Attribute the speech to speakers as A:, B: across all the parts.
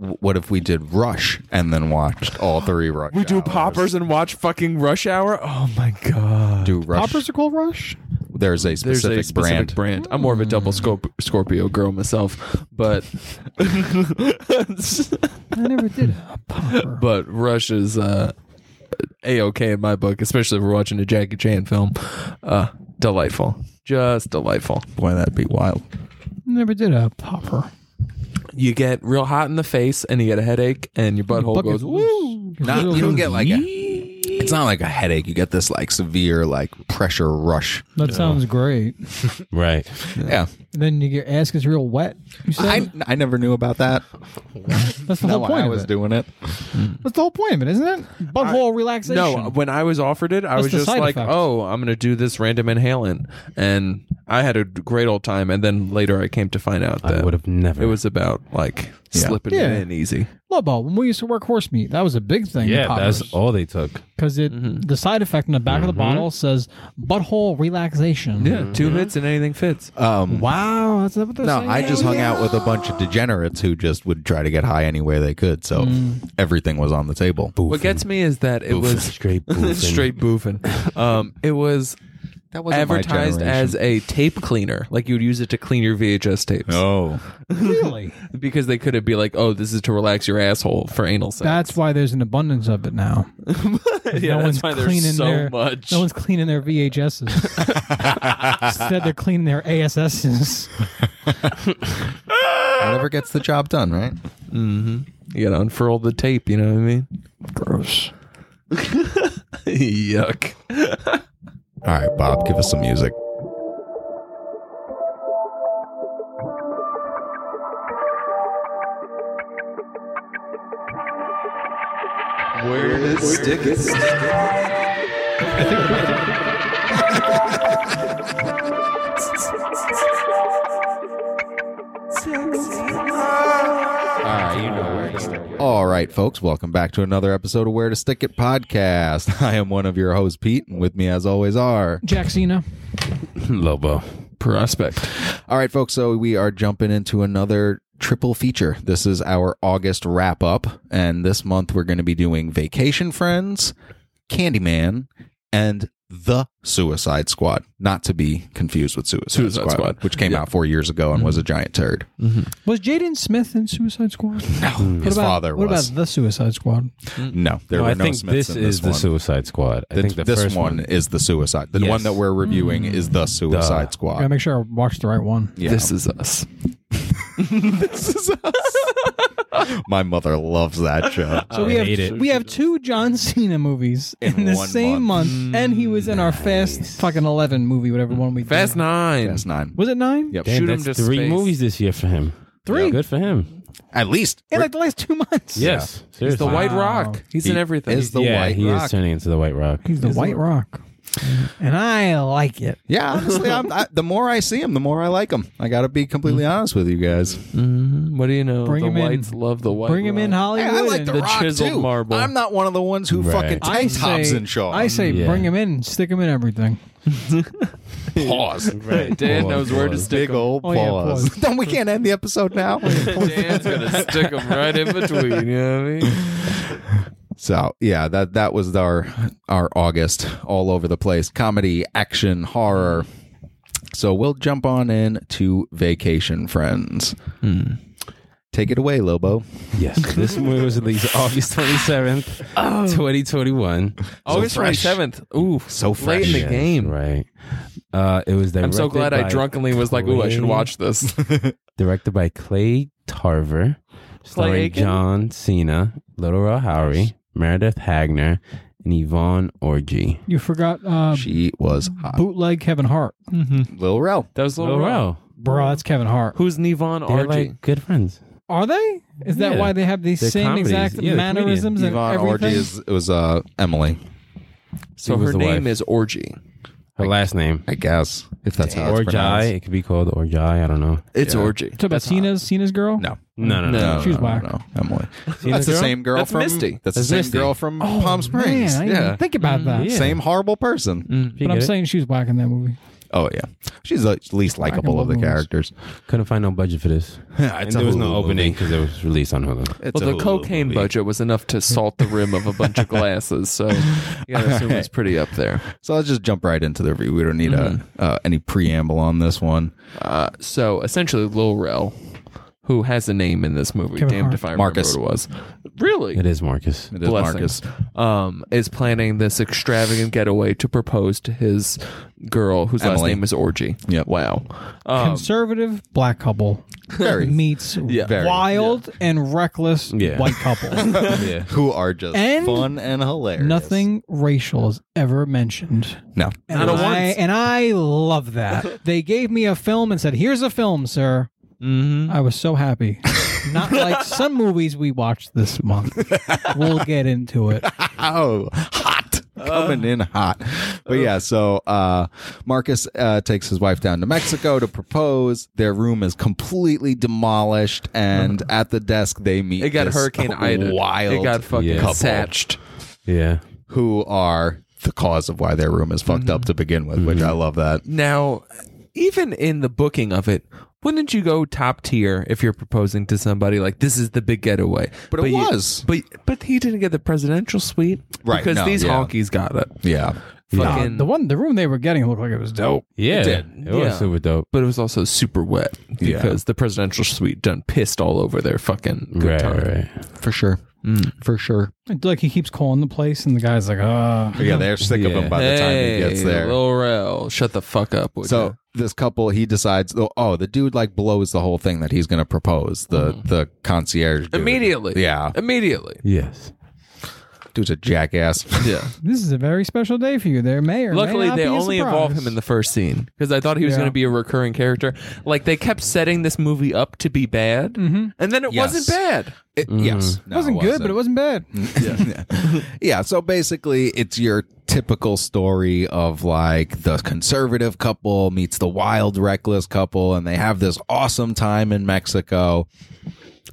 A: w- what if we did Rush and then watched all three Rush?
B: We do
A: hours?
B: poppers and watch fucking Rush Hour. Oh my god.
A: Do Rush?
C: Poppers are called Rush.
A: There's a
B: There's
A: specific,
B: a specific brand. I'm more of a double scorp- Scorpio girl myself, but
C: I never did a popper.
B: but Rush is uh, a okay in my book, especially if we're watching a Jackie Chan film. Uh, delightful, just delightful.
A: Boy, that'd be wild.
C: never did a popper.
B: You get real hot in the face, and you get a headache, and your butthole
C: Bucket
B: goes woo.
C: loose.
A: Not,
C: Little
A: you don't get like a.
C: wee.
A: It's not like a headache. You get this like severe like pressure rush.
C: That sounds great.
D: Right.
A: Yeah,
C: And then you, your ass gets real wet. You said
A: I, I never knew about that.
C: that's the
A: Not
C: whole
A: why
C: point
A: I
C: of
A: was
C: it.
A: doing it.
C: That's the whole point of it, isn't it? Butthole relaxation.
B: No, uh, when I was offered it, I
C: That's
B: was
C: the
B: just
C: side
B: like,
C: effect.
B: "Oh, I'm gonna do this random inhalant," and I had a great old time. And then later, I came to find out
D: I
B: that
D: would have never.
B: it was about like slipping
C: Yeah.
B: it in easy.
C: Lobo, when we used to work horse meat, that was a big thing.
D: Yeah, that's
C: because
D: all they took.
C: it
A: Mm-hmm.
C: the side effect in the back of the bottle says butthole relaxation.
B: Yeah, two hits and anything fits.
A: Um,
C: Wow, that's what they're
A: No,
C: saying.
A: I just hung out with a bunch of degenerates who just would try to get high any way they could. So everything was on the table.
B: What gets me is that it was
D: straight boofing.
B: straight boofing. Um, it was
A: That
B: advertised as a tape cleaner, like you would use it to clean your VHS tapes,
A: oh,
C: really.
B: because they could have be like, "Oh, this is to relax your asshole for anal sex."
C: That's why there's an abundance of it now.
B: yeah,
C: no
B: that's
C: one's
B: why
C: cleaning
B: there's so
C: their,
B: much.
C: No one's cleaning their VHSs. Instead, they're cleaning their ASSs.
A: whatever gets the job done, right?
B: You gotta unfurl the tape. You know what I mean?
C: Gross.
B: Yuck.
A: All right, Bob, give us some music. All right, folks, welcome back to another episode of Where to Stick It podcast. I am one of your hosts, Pete, and with me, as always, are.
C: Jack Cena.
D: Lobo.
B: Prospect.
A: All right, folks, so we are jumping into another triple feature. This is our August wrap up, and this month we're going to be doing Vacation Friends, Candyman, and The Suicide Squad, not to be confused with Suicide,
B: Suicide
A: Squad,
B: Squad.
A: which came out four years ago and was a giant turd.
D: Mm-hmm.
C: Was Jaden Smith in Suicide Squad?
A: No, his
C: what about,
A: father
C: What
A: was.
C: about the Suicide Squad?
A: no, there
D: No,
A: were
D: I
A: no
D: think
A: Smiths
D: this
A: in this
D: is
A: one.
D: the Suicide Squad. I
A: The-
D: think the
A: this
D: first
A: one,
D: one.
A: is the Suicide. The
D: Yes.
A: one that we're reviewing
C: Mm.
A: is the Suicide
C: I gotta
A: Squad.
C: make sure I watched the right one.
A: Yeah.
B: This is us.
A: My mother loves that show.
C: So we
D: I
C: have
D: hate it.
C: we have two John Cena movies in,
A: In
C: the
A: one
C: same month,
A: month.
C: and he was in our Fast fucking Eleven movie, whatever one we did.
B: Fast nine.
A: That's nine.
C: Was it nine?
A: Yep.
D: Damn,
B: Shoot him
D: that's
B: to
D: three
B: space.
D: movies this year for him.
C: Three.
D: Good for him.
A: At least
C: In like the last two months.
D: Yes.
B: He's the
D: seriously.
B: White
C: Wow.
B: Rock. He's in
A: He
B: everything.
A: is the
D: yeah,
A: White
D: he
A: Rock.
D: is turning into the White Rock.
C: He's the White Rock, and I like it.
A: Yeah, honestly, I'm, I, the more I see him, the more I like him. I got to be completely honest with you guys.
B: what do you know?
C: Bring
B: the
C: him in.
B: whites love the White
C: Bring him in
B: Rock.
A: Hey,
C: Hollywood.
A: I like
C: and-
A: the,
B: The
A: rock
B: chiseled
A: too.
B: marble.
A: I'm not one of the ones who
D: Right.
A: fucking
C: I
A: tank tops
C: say-
A: and Shaw.
C: I say
D: Yeah.
C: bring him in, stick him in everything.
A: pause.
D: Right.
B: Dan
D: Pause,
B: knows where to
D: pause.
B: stick
A: Big
B: him.
A: old
C: Oh,
A: pause.
C: yeah, pause.
A: Then we can't end the episode now.
B: Dan's gonna stick him right in between. You know what I mean?
A: so yeah, that that was our our August all over the place comedy, action, horror. So we'll jump on in to Vacation Friends. Take it away, Lobo.
D: Yes. This movie was released August 27th, 2021.
B: August twenty
A: fresh.
B: seventh. Ooh,
A: So
B: late Oh, in
A: fresh.
B: the
D: Yes,
B: game.
D: Right. Uh, it was directed
B: I'm so glad I
D: by
B: drunkenly was like, "Ooh, I should
D: Clay-
B: watch this."
D: Directed by Clay Tarver, starring
B: Aiken?
D: John Cena, Little Row Howery, Meredith Hagner, and Yvonne Orgy.
C: You forgot uh,
A: She Mm-hmm. was hot.
C: bootleg Kevin Hart,
A: Lil Rel.
B: That was
D: Little
B: Lil Rel.
D: Row.
C: bro. That's Kevin Hart.
B: Who's Nevon
D: They're
B: RG?
D: like good friends.
C: Are they? Is that
D: Yeah.
C: why they have the
D: They're
C: same
D: comedies.
C: exact
D: Yeah, they're
C: mannerisms and
A: Yvonne Orgy
C: everything?
A: is, was uh, Emily,
B: so
D: She was
B: her
D: the
B: name
D: wife.
B: is Orgy.
D: Her last name.
A: I guess, if that's how it's pronounced.
D: Orjai. It could be called Orjai. I don't know.
B: It's
A: Yeah.
B: Orgy.
C: Talk about Cena's Cena's girl.
A: No,
D: No, no, no.
B: No.
C: She's
A: no,
C: whack.
A: no, Emily.
D: Cena's
A: that's the
D: girl?
A: same girl
B: That's
A: from
B: Misty.
A: That's,
D: That's
A: the same
D: Misty.
A: girl from Palm Springs.
C: Oh, Man, I didn't
A: yeah,
C: even think about that.
D: Mm-hmm. yeah. Mm.
A: same horrible person.
C: But I'm saying she was black in that movie.
A: Oh yeah, she's the least likable of the
C: love movies.
A: characters.
D: Couldn't find no budget for this.
A: Yeah,
D: And
A: it's a
D: there was no
A: Hulu
D: opening
A: movie.
D: because it was released on Hulu.
A: It's
B: well,
A: a
B: the
A: Hulu
B: cocaine
A: movie.
B: budget was enough to salt the rim of a bunch of glasses, so you gotta assume it's pretty up there.
A: So let's just jump right into the review. We don't need
B: Mhm.
A: a, uh, any preamble on this one.
B: Uh, so essentially, Lil Rel, who has a name in this movie,
C: Kevin
B: damned
C: Hart.
B: if I
A: Marcus.
B: remember what it was. Really,
D: It is Marcus.
A: It is
B: Blessing.
A: Marcus.
B: um, is planning this extravagant getaway to propose to his girl, whose last
A: Emily.
B: name is Orgy.
A: Yep.
B: Wow. Um,
C: Conservative black couple
A: Very.
C: meets
B: Yeah.
A: Very.
C: wild and reckless
D: Yeah.
C: white couple.
D: yeah.
A: Who are just
C: And
A: fun and hilarious.
C: Nothing racial is ever mentioned.
A: No.
C: And
B: Not a
C: I,
B: once.
C: And I love that. they gave me a film and said, here's a film, sir.
B: mhm.
C: I was so happy. Not like some movies we watched this month. We'll get into it.
A: Oh, hot.
B: Uh.
A: Coming in hot. But
B: Oh.
A: yeah, so uh, Marcus uh, takes his wife down to Mexico to propose. Their room is completely demolished, and at the desk they meet
B: It got
A: this
B: Hurricane Ida.
A: wild
B: It got fucking
D: couple.
B: satched.
D: Yeah.
A: who are the cause of why their room is fucked
B: Mm-hmm.
A: up to begin with, which I love that.
B: Now, even in the booking of it, wouldn't you go top tier if you're proposing to somebody like this is the big getaway?
A: But it
B: you-
A: was.
B: but but he didn't get the presidential suite,
A: Right,
B: Because
A: no,
B: these
A: yeah.
B: honkies got it.
A: Yeah.
C: Uh,
B: Fucking,
C: the one, the room they were getting looked like it was dope.
D: Yeah. It,
A: did.
D: was
B: Yeah.
D: super dope.
B: but it was also super wet
A: Yeah.
B: because the presidential suite done pissed all over their fucking good
D: right,
B: time.
D: right.
A: For sure.
B: Mm.
A: For sure.
C: It's Like he keeps calling the place, and the guy's like, "Ah,
A: Yeah, they're sick of him by the time he gets
B: Hey,
A: there.
B: Lil Rel, shut the fuck up. would
A: So
B: ya?
A: this couple, he decides. Oh, oh, the dude like blows the whole thing that he's going to propose. The
C: Mm-hmm.
A: the concierge dude.
B: immediately,
A: Yeah,
B: immediately,
D: Yes.
A: dude's a jackass.
B: yeah.
C: this is a very special day for you." There may or may
B: Luckily,
C: not
B: they
C: be a
B: only
C: surprise.
B: involve him in the first scene because I thought he was
C: Yeah.
B: going to be a recurring character. Like they kept setting this movie up to be bad,
C: Mm-hmm.
B: and then it
A: Yes.
B: wasn't bad.
A: It- Yes,
C: It wasn't good, but it wasn't bad.
A: was. yeah. So basically, it's your typical story of like the conservative couple meets the wild, reckless couple, and they have this awesome time in Mexico.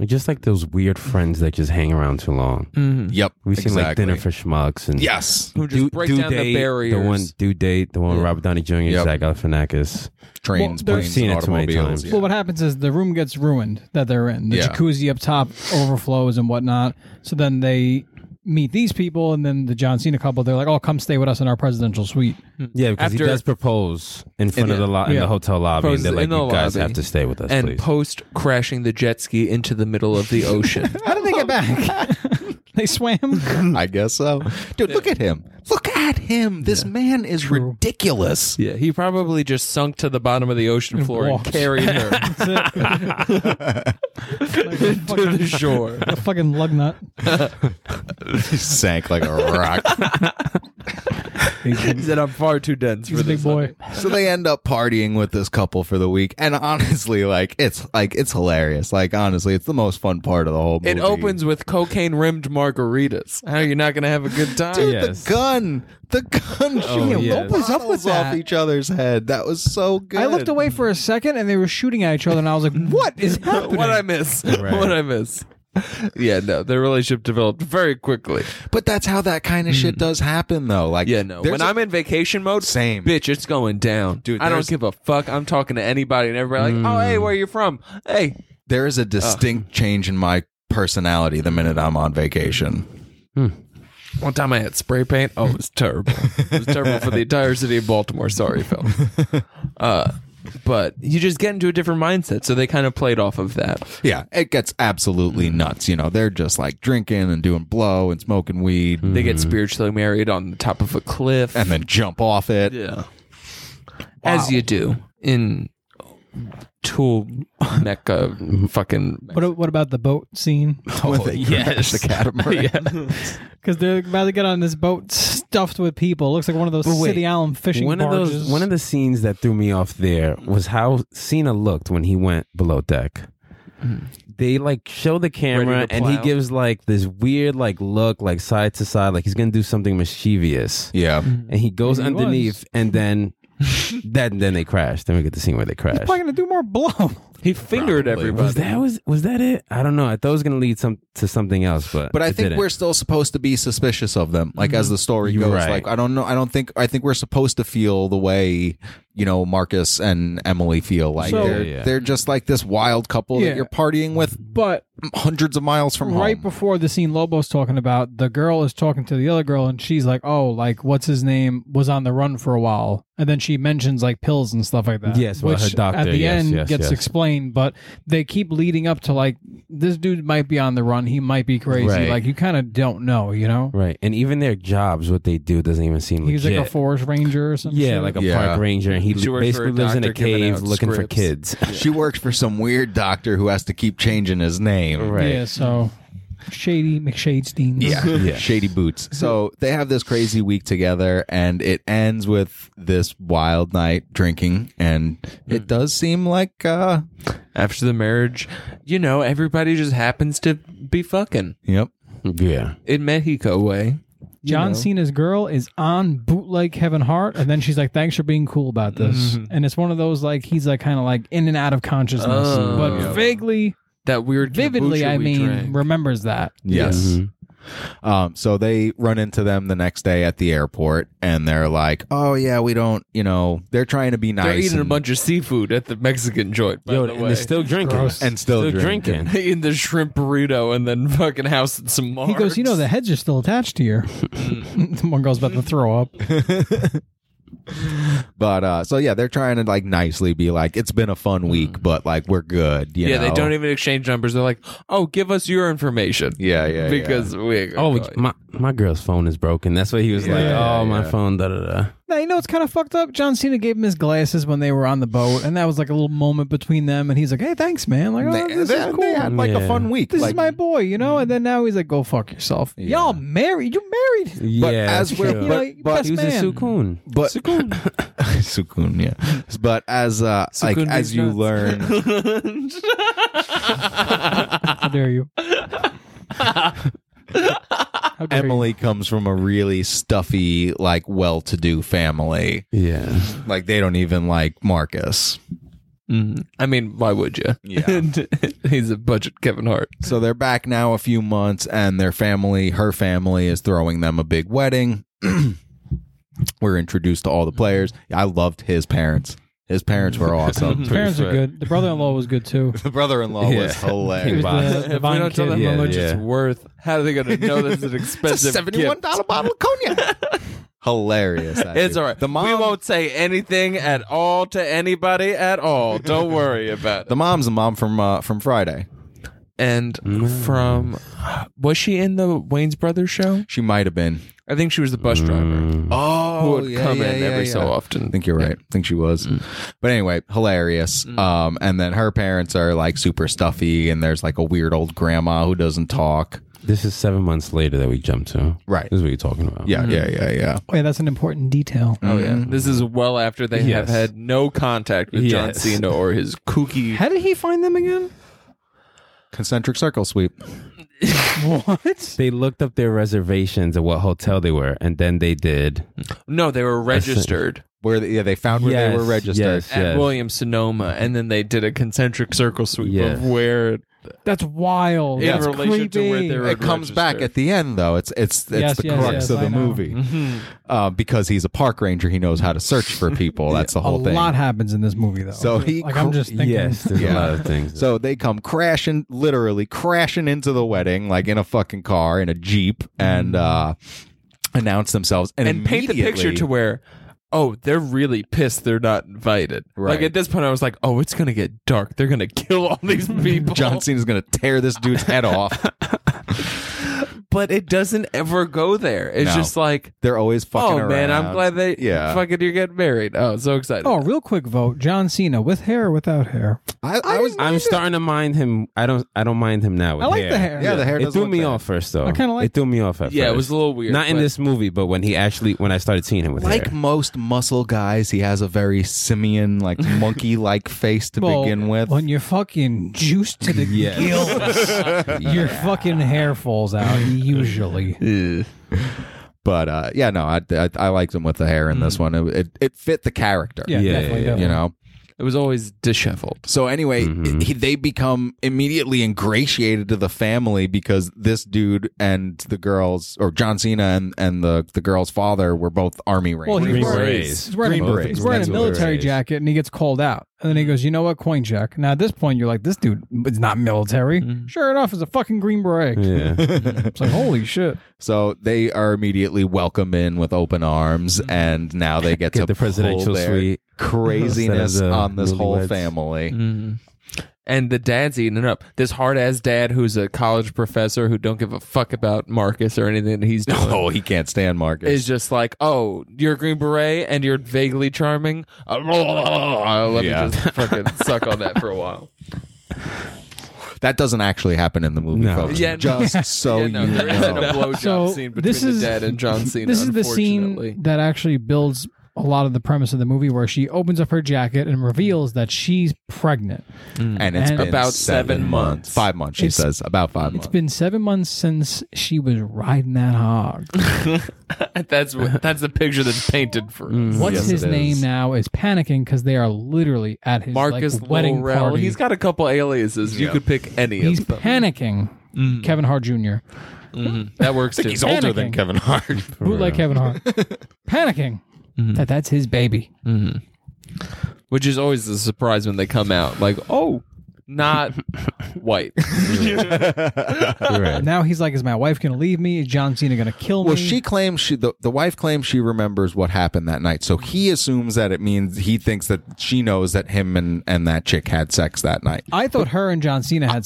D: Just like those weird friends that just hang around too long.
C: Hmm.
A: Yep,
D: We've seen like
A: Mm-hmm. exactly.
D: dinner for schmucks and
A: yes,
B: Who just break down the barriers?
D: The one due date, the one with
B: Yeah.
D: Robert Downey Jr. and
A: Yep.
D: Zach Galifianakis.
A: trains,
C: Well, they've
A: planes,
D: seen
A: and
D: it too many
A: automobiles.
D: times.
A: Yeah.
C: Well, what happens is the room gets ruined that they're in. The
A: Yeah.
C: jacuzzi up top overflows and whatnot. So then they meet these people, and then the John Cena couple. They're like, "Oh, come stay with us in our presidential suite."
D: Yeah, because
B: After-
D: he does propose in front of the lo- in
C: Yeah.
D: the hotel lobby,
B: Proposes
D: and they're like,
B: in the
D: "You guys
B: lobby.
D: have to stay with us,
B: and
D: please."
B: post crashing the jet ski into the middle of the ocean.
C: How did they get back? they swam.
A: I guess so. Dude, look at him. Look at him. This man is ridiculous.
B: yeah, he probably just sunk to the bottom of the ocean floor and
C: walked.
B: carried her
C: That's it. like a
B: to
C: fucking,
B: the shore.
C: a fucking lug nut.
A: He sank like a rock.
B: He said, "I'm far too dense
C: He's
B: for
C: a big
B: this."
C: boy.
A: so they end up partying with this couple for the week. And honestly, like it's like it's hilarious. Like honestly, it's the most fun part of the whole movie.
B: It opens with cocaine rimmed margaritas. How are you not going to have a good time?
A: Dude,
D: Yes.
A: the gun. The gun shooting
B: Oh,
D: yes.
A: what was up with off
C: that?
A: each other's head. That was so good.
C: I looked away for a second, and they were shooting at each other, and I was like, "What is happening?"
B: what I miss?
D: Right.
B: What I miss? Yeah, no, their relationship developed very quickly.
A: But that's how that kind of shit does happen though. Like
B: Mm. Yeah, no.
A: there's
B: When
A: a-
B: i I'm in vacation mode,
A: Same.
B: bitch, it's going down,
A: Dude,
B: I don't
A: there's- Mm.
B: give a fuck. I'm talking to anybody and everybody. Like, oh, hey, where you from? Hey,
A: there is a distinct change in my personality the minute I'm on vacation.
B: one time I had spray paint. Oh, it was terrible. it was terrible for the entire city of Baltimore. Sorry, Phil. Uh, but you just get into a different mindset, so they kind of played off of that.
A: Yeah, it gets
D: Mm.
A: absolutely nuts. You know, they're just like drinking and doing blow and smoking weed
D: Mm.
B: They get spiritually married on the top of a cliff.
A: and then jump off it.
B: Yeah. As you do in Tool Mecca fucking
C: What, what about the boat scene?
A: When
D: Oh,
A: they crash the catamaran.
C: Because they're about to get on this boat stuffed with people. Looks like one of those
D: wait.
C: City Island fishing
D: one of
C: barges.
D: those one of the scenes that threw me off there was how Cena looked when he went below deck. They like show the camera
B: Mm-hmm. Ready to
D: and he
B: plow?
D: gives like this weird like look like side to side like he's gonna do something mischievous
A: Yeah.
D: and he goes
C: He was.
D: underneath and then that then they crash then we get the scene where they crash
C: Probably gonna do more blow.
B: He fingered
A: Probably.
B: everybody.
D: was that was was that it I don't know I thought it was gonna lead some to something else but
A: But I
D: it
A: think
D: didn't.
A: we're still supposed to be suspicious of them. Like as the story goes,
D: Right.
A: like I don't know, I don't think I think we're supposed to feel the way you know Marcus and Emily feel like
C: So-
A: they're
D: Yeah, yeah.
A: they're just like this wild couple
C: Yeah.
A: that you're partying with
C: But
A: hundreds of miles from
C: right
A: home.
C: before the scene Lobo's talking about, the girl is talking to the other girl, and she's like, "Oh, like what's his name was on the run for a while," and then she mentions like pills and stuff like that.
D: Yes, well, her
C: which
D: doctor,
C: at the
D: yes,
C: end
D: yes,
C: gets
D: yes.
C: explained, but they keep leading up to like this dude might be on the run, he might be crazy.
D: Right.
C: Like you kind of don't know, you know?
D: Right. And even their jobs, what they do, doesn't even seem
C: He's
D: legit.
C: like a forest ranger or something.
D: yeah, like a
A: Yeah.
D: park ranger, and he
B: She works for a
D: basically lives in a
B: doctor giving
D: cave
B: out
D: looking for
B: scripts.
D: kids.
A: She works for some weird doctor who has to keep changing his name.
D: Right.
C: yeah. So shady McShadestein.
D: Yeah.
A: Shady boots. So they have this crazy week together, and it ends with this wild night drinking. And it does seem like uh,
B: After the marriage, you know, everybody just happens to be fucking
A: Yep.
D: Yeah.
B: in Mexico way. you
C: John
B: know?
C: Cena's girl is on bootleg Kevin Hart, and then she's like, "Thanks for being cool about this."
B: Mm-hmm.
C: And it's one of those like he's like kind of like in and out of consciousness,
B: Oh.
C: but
B: Yeah.
C: vaguely,
B: that weird,
C: vividly,
B: kombucha
C: I
B: we
C: mean,
B: drank.
C: remembers that.
A: Yes.
D: Mhm.
A: Um, so they run into them the next day at the airport, and they're like, "Oh yeah, we don't, you know, they're trying to be nice."
B: they're eating a
A: and-
B: bunch of seafood at the Mexican joint. By
D: Yo,
B: the
D: and
B: way.
D: they're still drinking.
A: And still drinking.
D: drinking.
B: They eat the shrimp burrito and then fucking house some marks.
C: He goes, "You know, the heads are still attached to you."
B: Mm.
C: one girl's about to throw up.
A: But uh, so yeah, they're trying to like nicely be like, "It's been a fun week, but like we're good." You
B: yeah, they
A: know?
B: don't even exchange numbers. They're like, oh, give us your information.
A: Yeah, yeah, yeah.
B: because we.
D: Oh, my my girl's phone is broken. That's what he was like. Oh,
A: yeah,
D: my
A: yeah.
D: phone. Da da da.
C: Now you know it's kind of fucked up. John Cena gave him his glasses when they were on the boat, and that was like a little moment between them. And he's like, "Hey, thanks, man. Like, oh,
A: They,
C: this
A: they-
C: is
A: they
C: cool.
A: had like a
D: Yeah.
A: fun week.
C: this
A: like,
C: is my boy," you
B: Mm.
C: know. And then now he's like, "Go fuck yourself. Y'all married? You married?"
A: But
D: yeah,
A: as
D: that's
A: we're
D: true.
C: You
A: but,
C: know,
A: but-
C: best
D: he was
C: man.
D: a sukun.
A: but Sukun, yeah. But as uh, like
B: Sukun
A: as
B: means
A: you
B: nuts.
A: learn,
C: How dare you? How dare you.
A: Emily comes from a really stuffy, like well-to-do family.
D: Yeah,
A: Like they don't even like Marcus.
B: Mhm. I mean, why would you?
A: Yeah.
B: he's a budget Kevin Hart.
A: So they're back now a few months, and their family, her family, is throwing them a big wedding. We're introduced to all the players. I loved his parents. His parents were awesome.
C: Parents are
D: pretty
C: good. The brother-in-law was good too.
A: the brother-in-law was
D: Yeah.
C: He was
A: hilarious.
D: Wow.
C: the
B: If we
C: divine
B: don't tell
C: kid.
B: them
D: Yeah,
B: how much
D: yeah.
B: it's worth, how are they going to know this is an
A: It's a
B: expensive
A: seventy-one
B: gift?
A: dollar bottle of cognac. hilarious. that
B: It's
A: dude.
B: all right.
A: The
B: we
A: mom,
B: won't say anything at all to anybody at all. Don't worry about it.
A: the mom's the mom from uh, from Friday.
B: And from was she in the Wayne's Brothers show?
A: She might have been.
B: I think she was the bus driver who
A: Oh,
B: would come in every so often.
A: I think you're right. I think she was.
C: Mm.
A: But anyway, hilarious. Um, and then her parents are like super stuffy, and there's like a weird old grandma who doesn't talk.
D: this is seven months later that we jumped to.
A: Right.
D: this is what you're talking about.
A: Yeah,
C: Mm.
A: yeah, yeah, yeah.
C: Wait, that's an important detail.
B: Oh yeah, this is well after they have
D: Yes.
B: had no contact with John
D: Yes.
B: Cena or his kooky.
C: How did he find them again?
A: Concentric circle sweep.
C: What?
D: they looked up their reservations at what hotel they were, and then they did.
B: No, they were registered
A: Where they, yeah, they found where they
D: Yes,
A: were registered.
D: yes.
B: at Williams Sonoma, and then they did a concentric circle sweep
D: Yeah.
B: of where
C: That's wild.
B: in
C: That's
B: relation to where
C: creepy.
B: they were.
A: It comes back at
B: registered.
A: the end though. It's it's it's
C: Yes,
A: the
C: yes,
A: crux
C: yes,
A: of the
C: I know. Mm-hmm.
A: movie uh, because he's a park ranger. He knows how to search for people. That's the
C: A
A: whole thing.
C: lot happens in this movie, though.
A: So he
C: like I'm
A: cr-
C: just thinking.
D: Yes, there's
A: Yeah.
D: a lot of things.
A: So they come crashing, literally crashing into the wedding, like in a fucking car, in a jeep, and uh, announce themselves and,
B: and paint the picture
A: immediately-
B: to where oh they're really pissed they're not invited like
A: Right.
B: at this point i was like oh it's gonna get dark they're gonna kill all these people
A: John Cena's gonna tear this dude's head off.
B: but it doesn't ever go there it's
A: No.
B: just like
A: They're always fucking.
B: oh man i'm
A: around.
B: glad they
A: Yeah.
B: fucking you're getting married oh so excited
C: Oh, real quick vote: John Cena with hair or without hair?
A: I, I was.
D: I'm starting to mind him. I don't. I don't mind him now. With
C: I like the hair.
A: yeah, the hair.
D: It
A: doesn't
D: threw
A: look
D: me
A: bad.
D: off first though.
C: I kinda like-
D: it threw me off at
B: yeah
D: first.
B: it was a little weird
D: not in
B: but-
D: this movie, but when he actually when I started seeing him with
A: Like
D: hair.
A: most muscle guys, he has a very simian, like monkey-like face to
C: Well,
A: begin with.
C: when you're fucking juiced to the gills, your fucking hair falls out usually.
A: But uh, Mm. yeah, no, I, I I liked him with the hair in this one. It it, it fit the character.
C: Yeah,
D: Yeah,
C: definitely,
D: yeah, yeah.
C: definitely.
A: you know.
B: It was always disheveled.
A: So anyway,
D: Mhm.
A: he, they become immediately ingratiated to the family because this dude and the girls, or John Cena and, and the, the girl's father, were both Army Rangers.
C: Well, he's
D: Green
C: wearing,
D: Berets.
C: he's wearing,
A: Green
C: a-
A: Berets. Mm-hmm.
C: he's wearing
A: That's
C: a
A: what it
C: military
D: is.
C: jacket and he gets called out. And then he goes, you know what? Coin check. Now, at this point, you're like, this dude is not military.
A: Mm-hmm.
C: Sure enough, it's a fucking Green Beret.
D: Yeah.
C: It's like, holy shit.
A: so they are immediately welcomed in with open arms,
C: Mm-hmm.
A: and now they get,
D: Get
A: to
D: the
A: pull
D: presidential
A: their
D: suite.
A: craziness
D: Instead of the
A: on this whole
D: newlyweds.
A: family.
C: Mm-hmm.
B: And the dad's eating it up. This hard ass dad who's a college professor who don't give a fuck about Marcus or anything that he's doing.
A: Oh, he can't stand Marcus.
B: Is just like, oh, you're a Green Beret and you're vaguely charming. Uh, Let
A: Yeah.
B: me just fucking suck on that for a while.
A: That doesn't actually happen in the movie,
D: No.
A: folks.
B: Yeah, no.
A: just so
B: yeah, no,
A: you
B: there isn't
A: know.
B: a blowjob
C: So,
B: scene between
C: this is-
B: the dad and John Cena.
C: This is the
B: unfortunately.
C: scene that actually builds a lot of the premise of the movie where she opens up her jacket and reveals that she's pregnant.
A: and it's
C: And-
A: been
B: About
A: seven
B: seven
A: months,
B: months.
A: five months. She
C: It's-
A: says about five
C: It's
A: months.
C: been seven months since she was riding that hog.
B: that's what, that's the picture that's painted for us.
C: What's
A: Yes,
C: his
A: it
C: name
A: is.
C: now is panicking because they are literally at his like,
B: Marcus
C: wedding
B: Lorel.
C: party.
B: He's got a couple aliases. You could pick any
C: He's
B: of them.
C: panicking. Kevin Hart Jr.
B: that works too.
A: He's Mm. older than
C: panicking.
A: Kevin Hart.
C: Bootleg Kevin Hart. panicking that that's his baby.
B: Which is always a surprise when they come out. Like, oh, not white.
D: You're right.
C: Now he's like, is my wife going to leave me? Is John Cena going to kill
A: Well,
C: me?
A: she claims she the, the wife claims she remembers what happened that night. So he assumes that it means he thinks that she knows that him and, and that chick had sex that night.
C: I thought her and John Cena had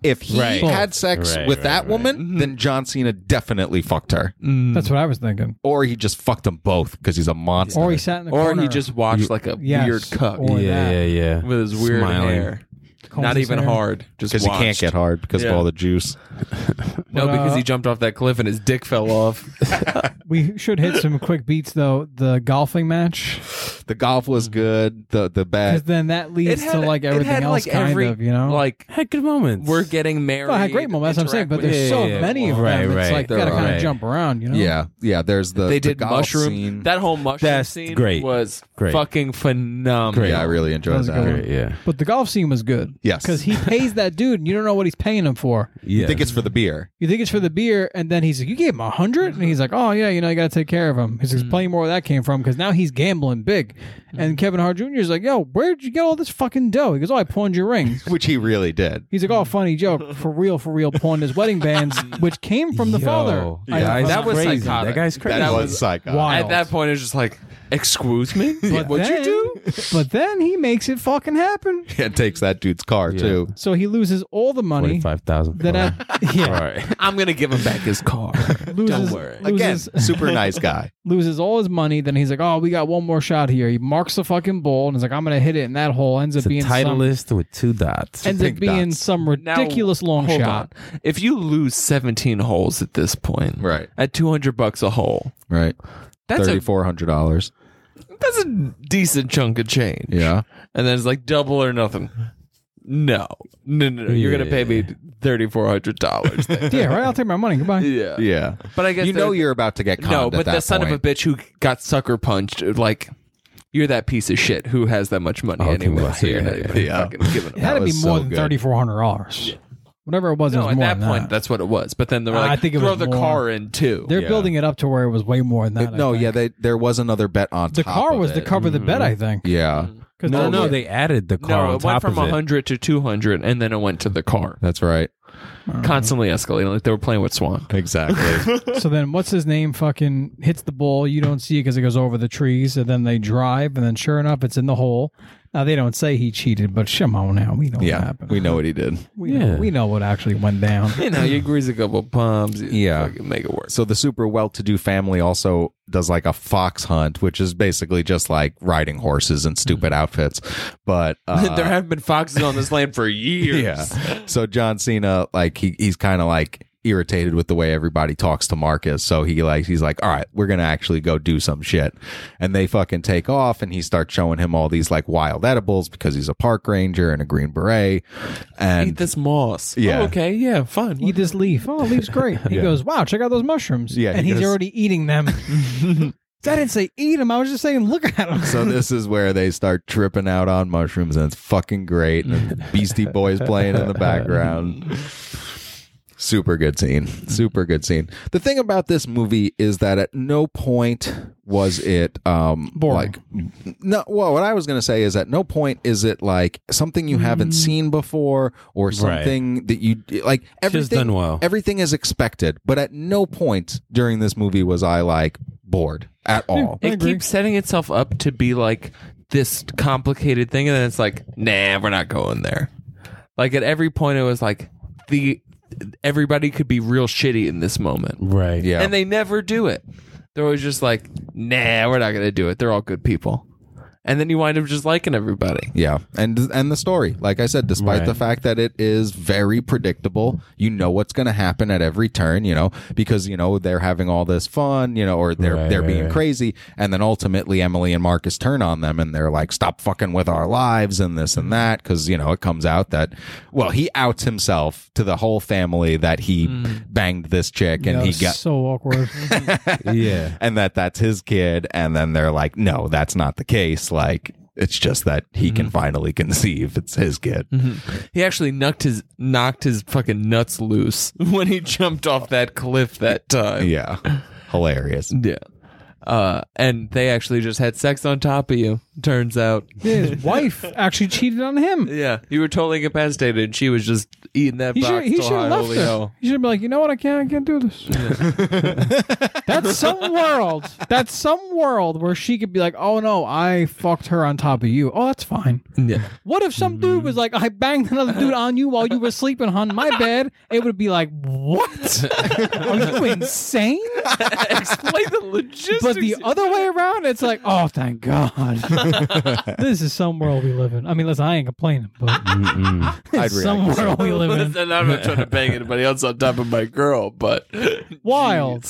A: If if he
D: Right.
A: had sex
D: Right,
A: with
D: right,
A: that
D: right.
A: woman, then John Cena definitely fucked her,
C: Mm. That's what I was thinking.
A: or he just fucked them both because he's a monster.
C: Or he sat in the
B: or
C: corner.
B: he just watched like a
C: Yes.
B: weird cuck
C: Or
D: Yeah,
C: that.
D: yeah, yeah.
B: with his weird
D: Smiling.
B: hair.
C: Combs
B: Not
C: his
B: even
C: hair.
B: hard. Just
A: because he can't
B: watched.
A: get hard because
B: Yeah.
A: of all the juice.
B: No,
C: But, uh,
B: because he jumped off that cliff and his dick fell off.
C: We should hit some quick beats though. The golfing match,
A: The golf was good. The the
C: because
A: bet.
C: then that leads to like everything else, kind of. You know,
B: like
D: Had good moments.
B: we're getting married.
C: well, I had great moments. That's what I'm saying, but
B: interact with-
C: there's
D: Yeah,
C: so
D: yeah, yeah.
C: many of them.
D: Right,
C: It's
D: right.
C: like you got to
B: They're
C: kind
D: right.
C: of jump around. You know,
A: yeah, yeah. There's the
B: they
A: the
B: did
A: golf
B: mushroom.
A: scene.
B: That whole mushroom
D: That's
B: scene
D: great.
B: was
D: Great.
B: fucking phenomenal.
A: yeah, I really enjoyed
C: was a
A: that.
C: good one.
D: Great, yeah.
C: But the golf scene was good.
A: Yes.
C: because he pays that dude, and you don't know what he's paying him for.
D: Yeah.
A: I think it's for the beer.
C: You think it's for the beer, and then he's like, "You gave him a hundred? and he's like, "Oh yeah, you know, you got to take care of him." He's explaining more where that came from because now he's gambling big. And Kevin Hart Jr. is like, "Yo, where'd you get all this fucking dough?" He goes, "Oh, I pawned your rings."
A: which he really did.
C: He's like, "Oh, funny joke, for real, for real." Pawned his wedding bands, which came from the
D: Yo,
C: father.
D: that
C: I-
D: guy's
B: that was
D: crazy.
B: psychotic.
D: That guy's crazy.
A: That, was,
B: was
A: psycho.
C: wild.
B: At that point, it's just like, excuse me,
C: But
B: what'd
C: then,
B: you do?
C: But then he makes it fucking happen.
A: It takes that dude's car too.
C: So he loses all the money.
D: forty-five thousand.
C: Then at, yeah,
D: All right.
B: I'm gonna give him back his car. Don't
C: loses,
B: worry.
A: Again,
C: loses
A: super nice guy.
C: loses all his money. Then he's like, "Oh, we got one more shot here." He marks the fucking ball and he's like, "I'm gonna hit it," and that hole ends up
D: It's a
C: being
D: title
C: some,
D: list with two dots.
C: ends up
A: pink
C: being
A: dots.
C: some
B: Now,
C: ridiculous long
B: hold
C: shot.
B: on. If you lose 17 holes at this point,
A: Right.
B: at 200 bucks a hole,
A: Right.
B: that's
A: Thirty
B: a
A: four hundred dollars.
B: that's a decent chunk of change.
A: Yeah.
B: and then it's like double or nothing. No, no, no, no. you're gonna pay me thirty four hundred dollars.
C: yeah, right. I'll take my money. Goodbye.
B: yeah,
A: Yeah.
B: But I guess
A: you know
B: the-
A: you're about to get conned
B: no,
A: at
B: but
A: that
B: the son of a
A: point.
B: bitch who got sucker punched, like you're that piece of shit who has that much money
D: Okay,
B: anyway.
D: well,
B: so you're
D: yeah,
B: not
D: yeah.
B: even fucking giving
C: It
B: him.
C: had to be
A: was
C: more
A: so
C: than
A: good.
C: thirty four hundred dollars. Whatever it was, it
B: No,
C: was
B: at
C: more
B: that
C: than
B: point,
C: that.
B: that's what it was. But then they're
C: I
B: like,
C: think it
B: throw
C: was
B: the
C: more.
B: car in too.
C: They're
A: yeah.
C: building it up to where it was way more than that. I
A: no,
C: think.
A: yeah, they, there was another bet on
C: the
A: top
C: car
A: of
C: was the
A: it.
C: cover of the bet. I think.
A: Yeah.
C: Cause
D: no,
C: that
D: no,
C: was-
D: they added the car
B: no,
D: on
B: it went
D: top
B: from
D: of it.
B: hundred to two hundred, and then it went to the car.
A: That's right.
B: Constantly escalating, like they were playing with Swan.
A: Exactly.
C: So then, what's his name? Fucking hits the ball. You don't see it because it goes over the trees. And then they drive, and then sure enough, it's in the hole. Now they don't say he cheated, but come on now, we know what
A: yeah.
C: happened.
A: We know what he did.
C: We, know,
D: Yeah.
C: we know what actually went down.
B: You know, you grease a couple pumps, you
A: Yeah.
B: fucking make it work.
A: So the super well-to-do family also does like a fox hunt, which is basically just like riding horses and stupid outfits. But uh,
B: there have been foxes on this land for years.
A: Yeah. So John Cena, like he he's kind of like irritated with the way everybody talks to Marcus. So he like he's like, all right, we're gonna actually go do some shit. And they fucking take off, and he starts showing him all these like wild edibles because he's a park ranger and a green beret.
B: Eat
A: And
B: this moss.
A: Yeah.
B: Oh, okay. Yeah. Fine.
C: Eat this leaf. Oh, the leaf's great. He goes, wow, check out those mushrooms.
A: Yeah, he
C: and he's
A: goes-
C: already eating them. I didn't say eat them. I was just saying look at them.
A: So this is where they start tripping out on mushrooms, and it's fucking great. And Beastie Boys playing in the background. Super good scene. Super good scene. The thing about this movie is that at no point was it um
C: Boring.
A: like no well what I was gonna say is at no point is it like something you
D: Mm.
A: haven't seen before or something that you like everything
D: done well.
A: everything is expected, but at no point during this movie was I like bored at all.
C: I
B: It
C: agree.
B: keeps setting itself up to be like this complicated thing, and then it's like, nah, we're not going there. Like at every point, it was like the everybody could be real shitty in this moment,
D: Right.
A: Yeah.
B: and they never do it. They're always just like, nah, we're not gonna do it. They're all good people, and then you wind up just liking everybody.
A: Yeah, and and the story, like I said, despite
D: Right.
A: the fact that it is very predictable, you know what's going to happen at every turn, you know, because you know they're having all this fun, you know, or they're
D: Right,
A: they're
D: right,
A: being
D: right.
A: crazy, and then ultimately Emily and Marcus turn on them, and they're like, "Stop fucking with our lives," and this and that, because you know it comes out that, well, he outs himself to the whole family that he
D: Mm.
A: banged this chick, and
C: That
A: he
C: was
A: got
C: so awkward.
D: Yeah.
A: and that that's his kid and then they're like no that's not the case like it's just that he can
B: Mm-hmm.
A: finally conceive it's his kid
B: He actually knocked his knocked his fucking nuts loose when he jumped off that cliff that time.
A: yeah hilarious
B: Yeah. Uh, and they actually just had sex on top of you, turns out.
C: His wife actually cheated on him.
B: Yeah. You were totally incapacitated and she was just eating that
C: He should
B: box
C: he
B: till
C: should
B: high
C: have left
B: holy
C: her.
B: hell.
C: He should have been like, you know what? I can't. I can't do this. That's some world. That's some world where she could be like, oh no, I fucked her on top of you. Oh, that's fine.
B: Yeah.
C: What if some dude
A: Mm-hmm.
C: was like, I banged another dude on you while you were sleeping on my bed? It would be like, what? Are you insane?
B: Explain the logistics.
C: But the other way around, it's like, oh, thank God. this is some world we live in. I mean, listen, I ain't complaining, but
A: I'd
C: it's some
A: react.
C: world we live in.
B: Listen, I'm not trying to bang anybody else on top of my girl, but
C: Wild.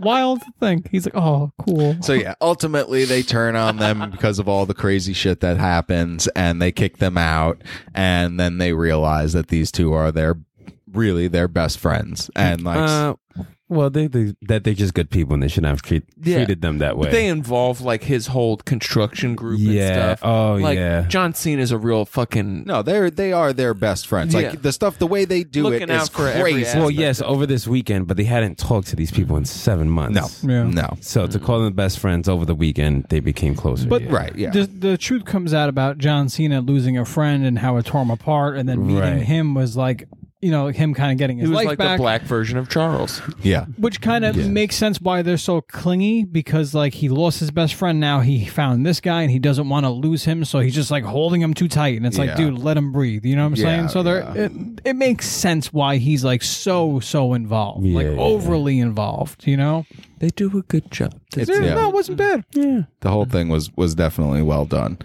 C: Wild to think. He's like, oh, cool.
A: So yeah, ultimately they turn on them because of all the crazy shit that happens and they kick them out and then they realize that these two are their really their best friends and like
D: Uh, well, they, they that they're just good people and they shouldn't have treat,
B: Yeah.
D: treated them that way.
B: they involve like his whole construction group
D: yeah.
B: and stuff.
D: Oh,
B: like
D: yeah.
B: John Cena is a real fucking
A: no, they're they are their best friends. Like
B: Yeah.
A: the stuff, the way they do
B: Looking
A: it is
B: out for every
A: crazy.
B: aspect.
D: well, yes, over this weekend, but they hadn't talked to these people in seven
A: no,
D: months.
C: Yeah.
A: no,
D: So
B: Mm.
D: to call them best friends over the weekend, they became closer.
C: But-
D: yeah.
A: right? Yeah,
C: The, the truth comes out about John Cena losing a friend and how it tore him apart, and then meeting
D: Right.
C: him was like, you know, him kind of getting
B: He
C: his
B: was
C: life
B: like
C: back.
B: the black version of Charles.
A: yeah.
C: which kind of makes sense why they're so clingy because like he lost his best friend now he found this guy and he doesn't want to lose him so he's just like holding him too tight and it's
A: Yeah.
C: like dude let him breathe you know what i'm
A: Yeah,
C: saying so they're
A: yeah.
C: it, it makes sense why he's like so so involved like
D: Yeah, yeah,
C: overly involved you know
B: They do a good job.
A: It's-
C: yeah,
A: yeah.
C: no it wasn't bad yeah
A: The whole thing was was definitely well done.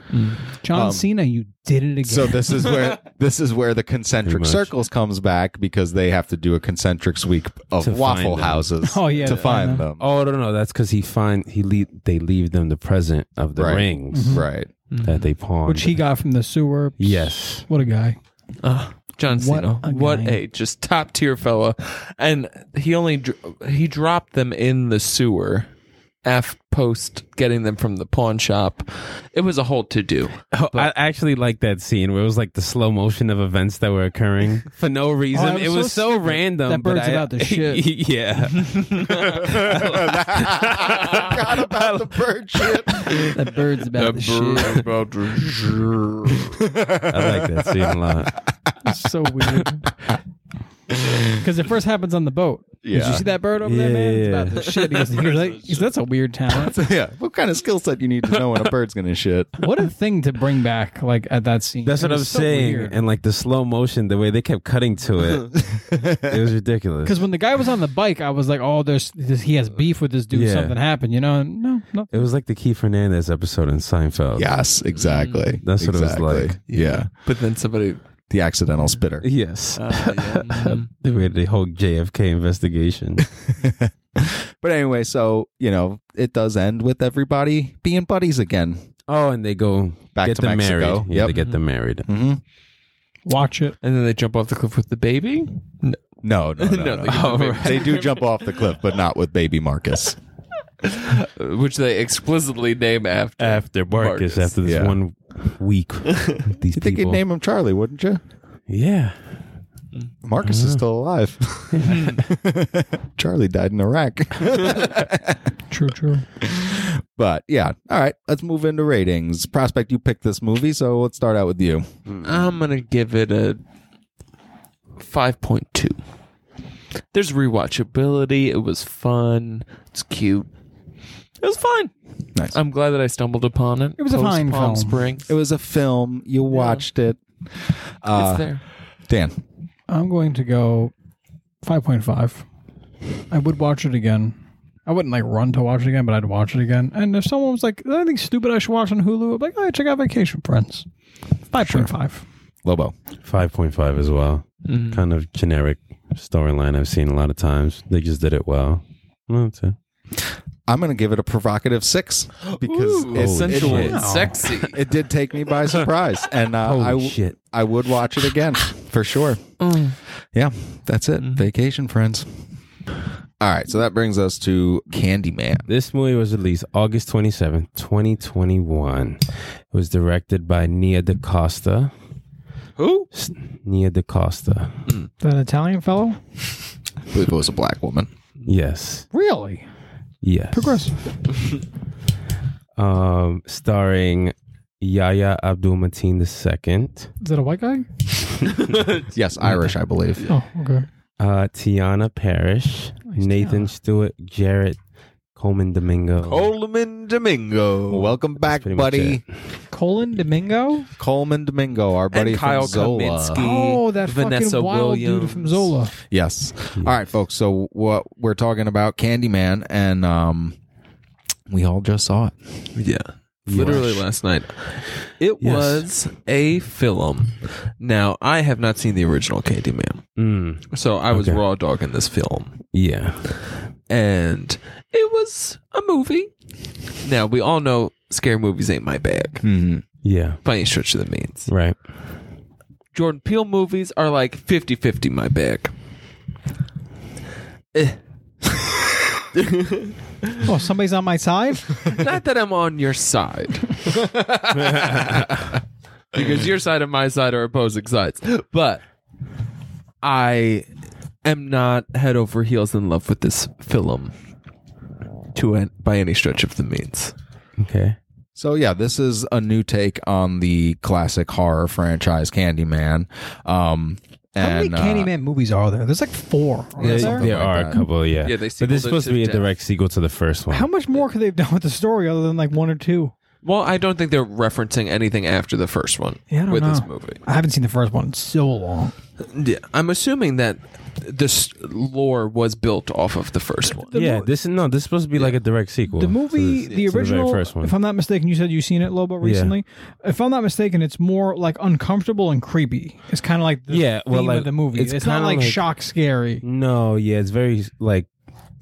C: john cena you did it again
A: Um, So this is where this is where the
D: Pretty
A: concentric
D: much.
A: circles comes back because they have to do a concentric sweep of
D: To find
A: waffle
D: them.
A: houses
C: Oh, yeah,
A: to
C: I
A: find
C: know.
A: them.
D: Oh no, no, that's because he find he leave they leave them the present of the
A: Right.
D: rings
A: Right.
D: that they pawned.
C: Mm-hmm. which he got from the sewer
D: yes,
C: what a guy
B: Uh, John
C: What
B: Cena,
C: a
B: what
C: guy.
B: a just top tier fella, and he only dr- he dropped them in the sewer. F post getting them from the pawn shop, it was a whole to do.
D: Oh, I actually like that scene where it was like the slow motion of events that were occurring for no reason.
C: Oh, it
D: it
C: was
D: was
C: so
D: so,
C: stupid.
D: random.
C: That
D: but
C: bird's
D: I-
C: about to shit.
D: yeah,
A: forgot about the bird shit.
C: that bird's about the shit
D: I like that scene a lot.
C: so weird. Because it first happens on the boat. Did
A: Yeah.
C: you see that bird over there, man? It's
D: Yeah.
C: about the shit. He goes- he goes like- he goes, That's a weird talent.
A: yeah. What kind of skill set you need to know when a bird's gonna shit?
C: What a thing to bring back, like at that scene.
D: That's
C: It
D: what I'm
C: was so
D: saying.
C: weird.
D: And like the slow motion, the way they kept cutting to it, it was ridiculous.
C: Because when the guy was on the bike, I was like, "Oh, there's this, he has beef with this dude.
D: Yeah.
C: Something happened, you know?" And no, no.
D: It was like the Keith Fernandez episode in Seinfeld.
A: Yes, exactly.
D: Mm. That's what it was
A: exactly.
D: like.
A: Yeah.
B: But then somebody,
A: The accidental spitter.
D: Yes.
B: uh, yeah, mm,
D: They we had the whole JFK investigation.
A: But anyway, so you know, it does end with everybody being buddies again.
D: Oh, and they go
A: Back
D: get
A: to
D: them
A: Mexico.
D: married. Yeah,
A: Yep.
D: they get them married.
A: Mm-hmm.
C: watch it.
B: and then they jump off the cliff with the baby.
A: No, no, no.
B: No,
A: no.
B: they get the
A: They do jump off the cliff, but not with baby Marcus.
B: uh, which they explicitly name after.
D: after Marcus,
B: Marcus.
D: after this
A: Yeah.
D: one week. with These
A: You think you'd
D: people.
A: name him Charlie, wouldn't you?
D: yeah.
A: Marcus is still alive. Charlie died in Iraq.
C: True, true.
A: but yeah, all right, let's move into ratings. Prospect, you picked this movie, so let's start out with you.
B: I'm gonna give it a 5.2. There's rewatchability. It was fun. It's cute. It was fine.
A: Nice.
B: I'm glad that I stumbled upon it.
C: It was a
B: Post
C: fine
B: Palm
C: film.
B: Springs.
A: It was a film. You watched it.
D: Ah,
B: it's
A: Uh,
B: there.
A: Dan,
C: I'm going to go 5.5. I would watch it again. I wouldn't like run to watch it again, but I'd watch it again. And if someone was like, "There's anything stupid I should watch on Hulu, I'd be like, oh, check out Vacation Friends. 5.5.
A: Lobo.
D: 5.5 as well.
A: Mm-hmm.
B: Mhm.
D: Kind of generic storyline I've seen a lot of times. They just did it well. Well, that's it.
A: I'm going to give it a provocative six because
B: Ooh,
A: it,
B: sensual
A: it,
B: and sexy.
A: it did take me by surprise, and uh,
D: Holy
A: I w-
D: shit.
A: I would watch it again for sure. Yeah, that's it.
D: Mm-hmm.
A: Vacation friends. All right, so that brings us to Candyman.
D: This movie was released August 27th, 2021. It was directed by Nia DaCosta.
B: Who?
D: S- Nia DaCosta.
C: That Italian fellow?
A: I believe it was a black woman.
D: Yes.
C: Really?
D: Yes.
C: Progressive.
D: Um, starring Yahya Abdul Mateen II,
C: Is that a white guy?
A: Yes, Irish, I believe.
C: Oh, okay.
D: uh, Tiana Parrish, Nathan Stewart, Jarrett Coleman Domingo.
A: Coleman Domingo. Welcome back,
D: pretty much
A: buddy.
C: Colin Domingo?
A: Coleman Domingo, our buddy
B: and Kyle
A: from Zola.
B: Kaminsky.
C: Oh, that
B: Vanessa
C: fucking wild dude
B: Williams.
C: from Zola.
A: Yes. All
C: Hmm.
A: right, folks. So what we're talking about, Candyman, and um, we all just saw it.
B: Yeah. Literally last night. It
D: Yes.
B: was a film. Now, I have not seen the original Candyman.
D: Mm,
B: So I was
D: Okay.
B: raw dog in this film.
D: yeah.
B: And it was a movie. Now, we all know scary movies ain't my bag
C: Hmm.
A: Mm-hmm.
D: Yeah.
B: by any stretch of the means.
D: Right.
B: Jordan Peele movies are like 50 50 my bag. Eh,
C: Oh, somebody's on my side?
B: not that I'm on your side. because your side and my side are opposing sides. But I am not head over heels in love with this film to an, by any stretch of the means.
D: Okay.
A: So yeah, this is a new take on the classic horror franchise Candyman. Um,
C: How
A: and,
C: many
A: uh,
C: Candyman movies are there? There's like four. aren't
A: Yeah,
C: there?
A: Something
D: There
A: like
D: are
A: that.
D: a couple, yeah.
B: Yeah, they
D: but this
B: sequeled
D: is
B: it
D: supposed to
B: to
D: be a
B: death.
D: direct sequel to the first one.
C: How much more could they have done with the story other than like one or two?
B: Well, I don't think they're referencing anything after the first one
C: Yeah, I don't
B: with this
C: know.
B: movie.
C: I haven't seen the first one in so long.
B: Yeah, I'm assuming that this lore was built off of the first one.
D: yeah,
C: mo-
D: this is no. This is supposed to be like a direct sequel.
C: The
D: to
C: movie, the
D: to very
C: original,
D: first one.
C: if I'm not mistaken, you said you've seen it, Lobo, recently. If I'm not mistaken, it's more like uncomfortable and creepy. It's kind of like the
D: Yeah, well,
C: theme
D: like,
C: of the movie.
D: it's
C: It's, not
D: kinda
C: like,
D: like-
C: shock scary.
D: No, yeah, it's very like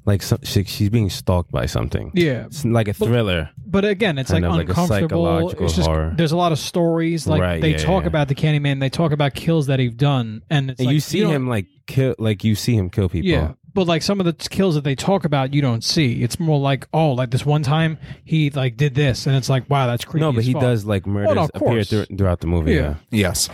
D: like some, she, she's being stalked by something.
C: Yeah,
D: It's like a thriller.
C: but again, it's like
D: Kind of like a
C: uncomfortable.
D: psychological
C: it's just
D: horror.
C: there's a lot of stories like
D: Right,
C: they
D: yeah,
C: talk
D: yeah.
C: about the Candyman. They talk about kills that he's done, and it's
D: and
C: like,
D: you see
C: don't-
D: him like kill like you see him kill people.
C: Yeah, but like some of the t- kills that they talk about, you don't see. It's more like oh, like this one time he like did this, and it's like wow, that's creepy.
D: No, but
C: as
D: he
C: fuck.
D: does like murders
C: of
D: appear
C: course.
D: thr- throughout the movie. Yeah.
C: Yeah.
A: Yes.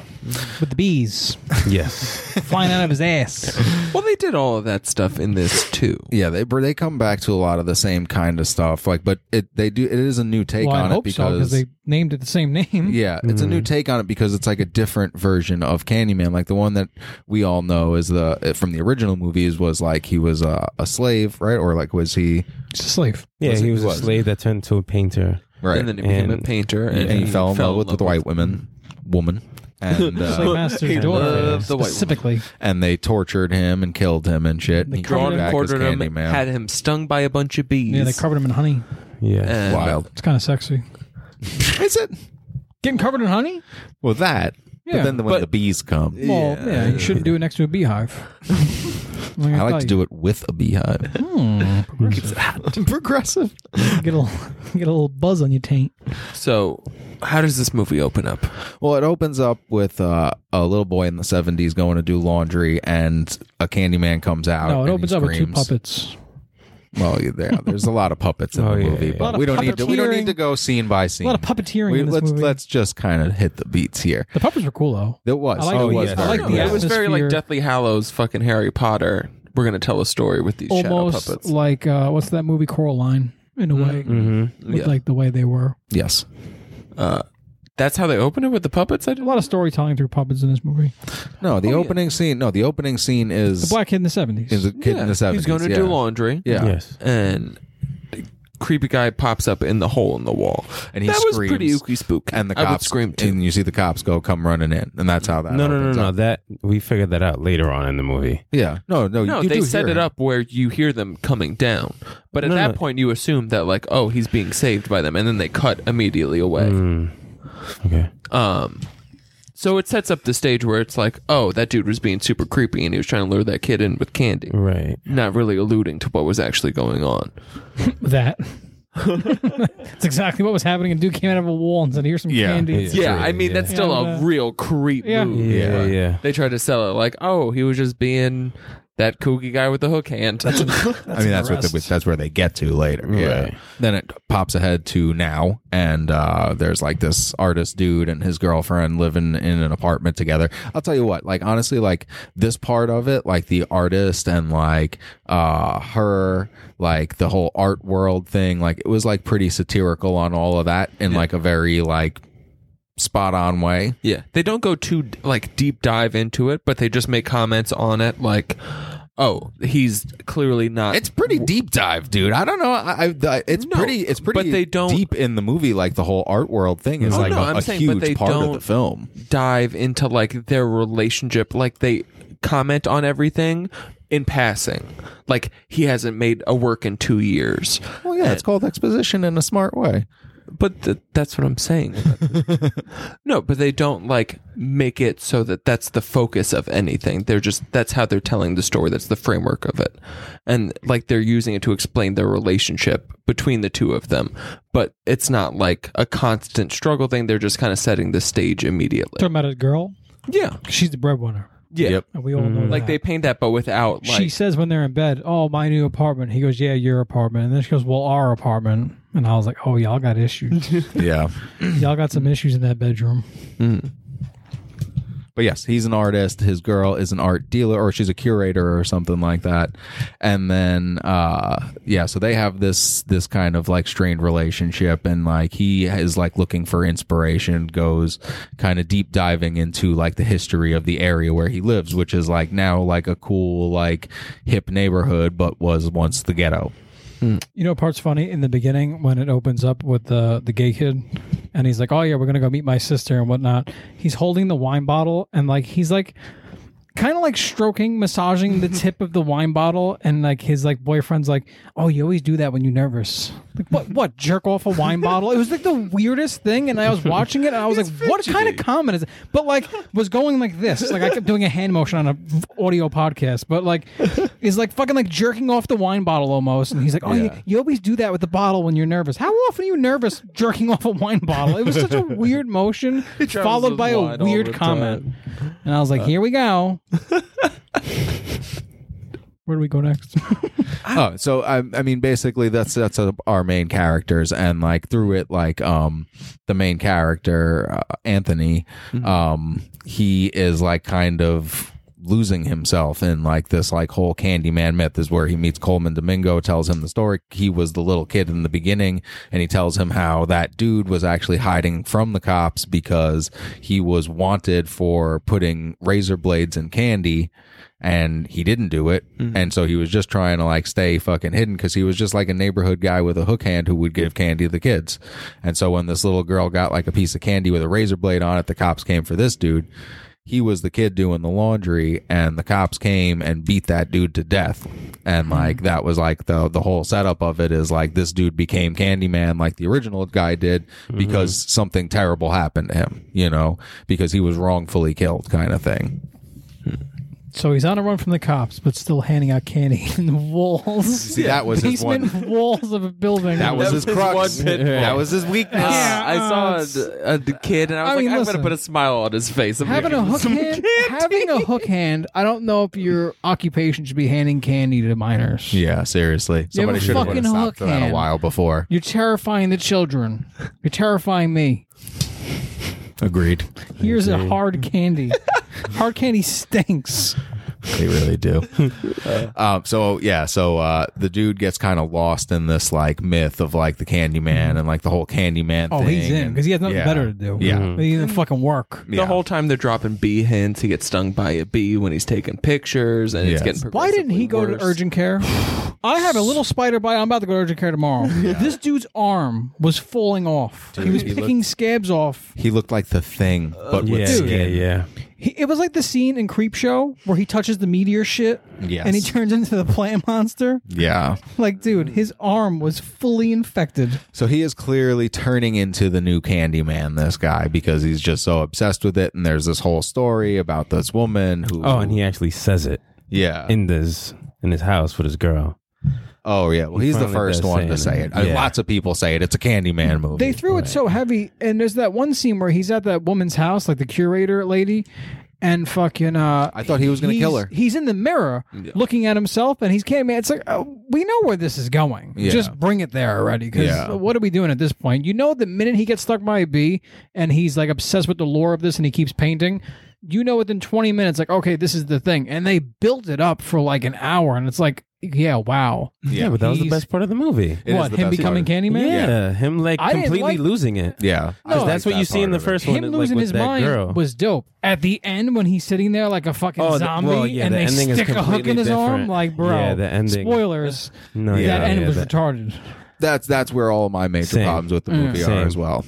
C: with the bees
D: yes.
C: flying out of his ass.
B: Well, they did all of that stuff in this too.
A: Yeah, they br- they come back to a lot of the same kind of stuff. Like, but it they do it is a new take
C: well, I
A: on it
C: hope so because
A: because
C: they named it the same name.
A: yeah, it's a new take on it because it's like a different version of Candyman. Like the one that we all know is the uh, from the original movies was like he was a, a slave, right? Or like was he
C: It's a slave.
D: Yeah,
A: Was
D: he
A: it-
D: was,
A: was.
D: a slave that turned to a painter.
A: right?
B: And then he became
D: And-
B: a painter, and,
A: and he fell in love with the white women, woman, and
C: Slave
A: uh,
C: master's
B: He
C: daughter
B: loved the white woman.
C: specifically.
A: and they tortured him and killed him and shit. And
C: They
A: he came
C: covered
B: Drawn
C: him,
A: back
B: and
A: as
B: quartered him,
A: Candyman.
B: had him stung by a bunch of bees.
C: Yeah, they covered him in honey.
D: Yeah.
C: Uh,
B: And-
A: Wild,
C: It's kind of sexy.
A: is it?
C: Getting covered in honey?
A: Well, that. but
C: Yeah,
A: then the, when
B: but-
A: the bees come,
C: Well, yeah, you shouldn't do it next to a beehive.
A: I like to do it with a beehive. Progressive.
C: Get a little, get a little buzz on your taint.
B: So, how does this movie open up?
A: Well, it opens up with uh, a little boy in the '70s going to do laundry, and a Candyman comes out.
C: No, it
A: and he
C: opens up with two
A: screams.
C: puppets.
A: Well, there, there's a lot of puppets in
D: Oh,
A: the
D: yeah,
A: movie,
D: yeah,
A: but
C: yeah.
A: we don't need to. We don't need to
C: Puppeteering.
A: go scene by
C: A
A: scene.
C: lot of puppeteering
A: We-
C: in this
A: let's
C: movie.
A: let's just kind of hit the beats here.
C: the puppets were cool though.
A: That was.
C: I like
A: it
C: the-
A: was.
C: I
A: very
C: like the
A: cool.
C: Yeah.
B: it was very like
C: Atmosphere.
B: Deathly Hallows, fucking Harry Potter. We're gonna tell a story with these shadow
C: Almost
B: puppets.
C: like uh, what's that movie Coraline in a way,
D: Mm-hmm.
C: with
B: yeah.
C: like the way they were.
A: Yes.
B: Uh, that's how they open it with the puppets. I
C: A
B: did.
C: lot of storytelling through puppets in this movie.
A: No, the
B: Oh, yeah.
A: opening scene. No, the opening scene
C: The
A: is
C: black kid in the seventies.
A: is a kid in the seventies.
B: He's going to
A: yeah.
B: do laundry.
A: Yeah.
D: Yes.
B: and the creepy guy pops up in the hole in the wall,
A: And he
B: that was
A: screams.
B: pretty ooky spook.
A: and the
B: I
A: cops
B: would scream too.
A: And you see the cops go come running in, and that's how that.
D: No, no, no,
A: opens
D: no.
A: up.
D: That we figured that out later on in the movie.
A: Yeah. No, no.
B: No,
A: you
B: they
A: do
B: set
A: hear
B: it
A: him.
B: up where you hear them coming down, but at
D: No,
B: that
D: no.
B: point you assume that like, oh, he's being saved by them, and then they cut immediately away.
D: Mm. Okay.
B: Um, so it sets up the stage where it's like, oh, that dude was being super creepy, and he was trying to lure that kid in with candy,
D: Right.
B: not really alluding to what was actually going on.
C: that. That's exactly what was happening. A dude came out of a wall and said, "Here's some
A: Yeah.
C: candy."
D: Yeah.
B: Yeah, I mean
D: Yeah.
B: that's still
C: Yeah.
B: a real creep
C: Yeah.
B: move.
A: Yeah.
D: Yeah. Yeah.
B: They tried to sell it like, oh, he was just being that kooky guy with the hook hand.
A: I mean, that's what the, that's where they get to later.
D: Right.
A: Yeah. Then it pops ahead to now, and uh, there's like this artist dude and his girlfriend living in an apartment together. I'll tell you what, like honestly, like this part of it, like the artist and like uh, her, like the whole art world thing, like it was like pretty satirical on all of that in like a very like spot on way.
B: yeah, they don't go too like deep dive into it, but they just make comments on it like, oh, he's clearly not.
A: It's pretty deep dive, dude. I don't know. I, I, I it's
B: No,
A: pretty. It's
B: but
A: pretty.
B: they don't-
A: deep in the movie. Like the whole art world thing is
B: Oh,
A: like
B: no,
A: a,
B: I'm
A: a
B: saying, but
A: huge
B: they
A: part of the
B: don't-
A: film.
B: dive into like their relationship like they comment on everything in passing like he hasn't made a work in two years
A: Well, yeah, it's called exposition in a smart way.
B: but th- that's what i'm saying no but they don't like make it so that that's the focus of anything they're just that's how they're telling the story that's the framework of it and like they're using it to explain their relationship between the two of them but it's not like a constant struggle thing they're just kind of setting the stage immediately
C: Talking about a girl.
B: yeah
C: She's the breadwinner,
B: yeah
C: and we all know
B: like they
C: that.
B: paint that but without like
C: She says when they're in bed, "Oh, my new apartment." He goes, "Yeah, your apartment." And then she goes, "Well, our apartment." And I was like, "Oh, y'all got issues.
A: Yeah,
C: y'all got some issues in that bedroom."
A: but yes, he's an artist. His girl is an art dealer, or she's a curator, or something like that. And then, uh, yeah, so they have this this kind of like strained relationship, and like he is like looking for inspiration, goes kind of deep diving into like the history of the area where he lives, which is like now like a cool like hip neighborhood, but was once the ghetto.
C: You know, what part's funny in the beginning when it opens up with the the gay kid, and he's like, "Oh yeah, we're gonna go meet my sister and whatnot." He's holding the wine bottle and like he's like, kind of like stroking, massaging the tip of the wine bottle, and like his like boyfriend's like, "Oh, you always do that when you're nervous." Like what? What jerk off a wine bottle? It was like the weirdest thing, and I was watching it, and I was like, "What kind of comment is?" It? But like was going like this, like I kept doing a hand motion on a v- audio podcast, but like he's like fucking like jerking off the wine bottle almost, and he's like, "Oh,
A: Yeah.
C: you, you always do that with the bottle when you're nervous. How often are you nervous jerking off a wine bottle?" It was such a weird motion, followed by a
B: wine all the
C: weird
B: time. Uh,
C: comment. And I was like, here we go. Where do we go next?
A: oh, so I, I mean, basically, that's that's uh our main characters, and like through it, like um, the main character uh, Anthony, um, he is like kind of losing himself in like this like whole Candyman myth is where he meets Coleman Domingo, tells him the story. He was the little kid in the beginning, and he tells him how that dude was actually hiding from the cops because he was wanted for putting razor blades in candy and he didn't do it and so he was just trying to like stay fucking hidden because he was just like a neighborhood guy with a hook hand who would give candy to the kids and so when this little girl got like a piece of candy with a razor blade on it the cops came for this dude he was the kid doing the laundry and the cops came and beat that dude to death and like that was like the the whole setup of it is like this dude became Candyman like the original guy did because something terrible happened to him you know because he was wrongfully killed kind of thing
C: So he's on a run from the cops, but still handing out candy in the walls.
A: See, that was his
C: basement
A: one.
C: walls of a building.
A: That was
B: That
A: his
B: was his
A: crux.
B: one pitfall.
A: That was his weakness.
C: Yeah.
B: I
C: uh,
B: saw
C: it's-
B: a, a kid, and I was
C: I
B: like,
C: mean,
B: I'm
C: listen.
B: gonna put a smile on his face. I'm
C: having a
B: gonna give him
C: hook
B: some
C: hand.
B: candy.
C: Having a hook hand. I don't know if your occupation should be handing candy to minors.
A: Yeah, seriously. Somebody
C: a
A: should have
C: fucking
A: stopped
C: hook
A: that a
C: hand.
A: while before.
C: You're terrifying the children. You're terrifying me.
A: Agreed.
C: Here's a hard candy. hard candy stinks.
A: They really do. um, so yeah, so uh, the dude gets kind of lost in this like myth of like the Candyman and like the whole Candyman.
C: Oh,
A: thing,
C: he's in
A: and-
C: because he has nothing
A: yeah.
C: better to do.
A: Yeah.
C: he didn't fucking work.
B: The
A: Yeah.
B: whole time they're dropping bee hints, he gets stung by a bee when he's taking pictures, and
A: Yes.
B: it's getting.
C: Why didn't he go
B: progressively
C: to
B: worse.
C: urgent care? I have a little spider bite. I'm about to go to urgent care tomorrow. This dude's arm was falling off. he
A: Dude,
C: was
A: he
C: picking scabs off.
A: He looked like the thing,
C: Uh,
A: but with
D: Yeah, yeah,
A: skin.
D: yeah.
C: He, it was like the scene in Creep Show where he touches the meteor shit
A: Yes.
C: and he turns into the plant monster.
A: Yeah.
C: Like, dude, his arm was fully infected.
A: So he is clearly turning into the new Candyman, this guy, because he's just so obsessed with it. And there's this whole story about this woman who.
D: Oh, and he actually says it
A: Yeah.
D: in this in his house with his girl.
A: oh, yeah. Well, he's the
D: finally
A: first
D: does
A: one to
D: say
A: say
D: it.
A: it. I mean,
D: Yeah.
A: lots of people say it. It's a Candyman movie.
C: They threw it so heavy, and there's that one scene where he's at that woman's house, like the curator lady, and fucking. Uh,
A: I thought he was gonna
C: he's-
A: kill her.
C: He's in the mirror looking at himself, and he's can't. Man, it's like oh, we know where this is going.
A: Yeah.
C: Just bring it there already. Because
A: Yeah.
C: what are we doing at this point? You know, the minute he gets stuck by a bee, and he's like obsessed with the lore of this, and he keeps painting. You know, within 20 minutes, like okay, this is the thing, and they built it up for like an hour, and it's like, yeah, wow,
A: Yeah.
D: but that was the
C: He's-
D: best part of the movie.
A: It is
C: what
A: the
C: him
A: best
C: becoming
A: part.
C: Candyman?
D: Yeah, him like
C: I didn't
D: completely
C: like-
D: losing it.
A: Yeah.
C: No,
A: I
D: That's
A: like
D: what you
A: that
D: see
A: part
D: in the
A: of it.
D: first one.
C: him
D: like,
C: losing
D: with
C: his
D: that
C: mind
D: girl.
C: was dope. At the end, when he's sitting there like a fucking
D: Oh, the-
C: zombie,
D: well, yeah,
C: and
D: the
C: they
D: ending is
C: stick a hook
D: completely
C: in his arm,
D: different.
C: like bro.
D: Yeah, the ending-
C: Spoilers.
D: no,
A: Yeah,
C: that end
D: yeah,
C: was
D: that-
C: retarded.
A: that's that's where all my major
D: Same. Mm.
A: problems with the movie
D: Same.
A: are as well.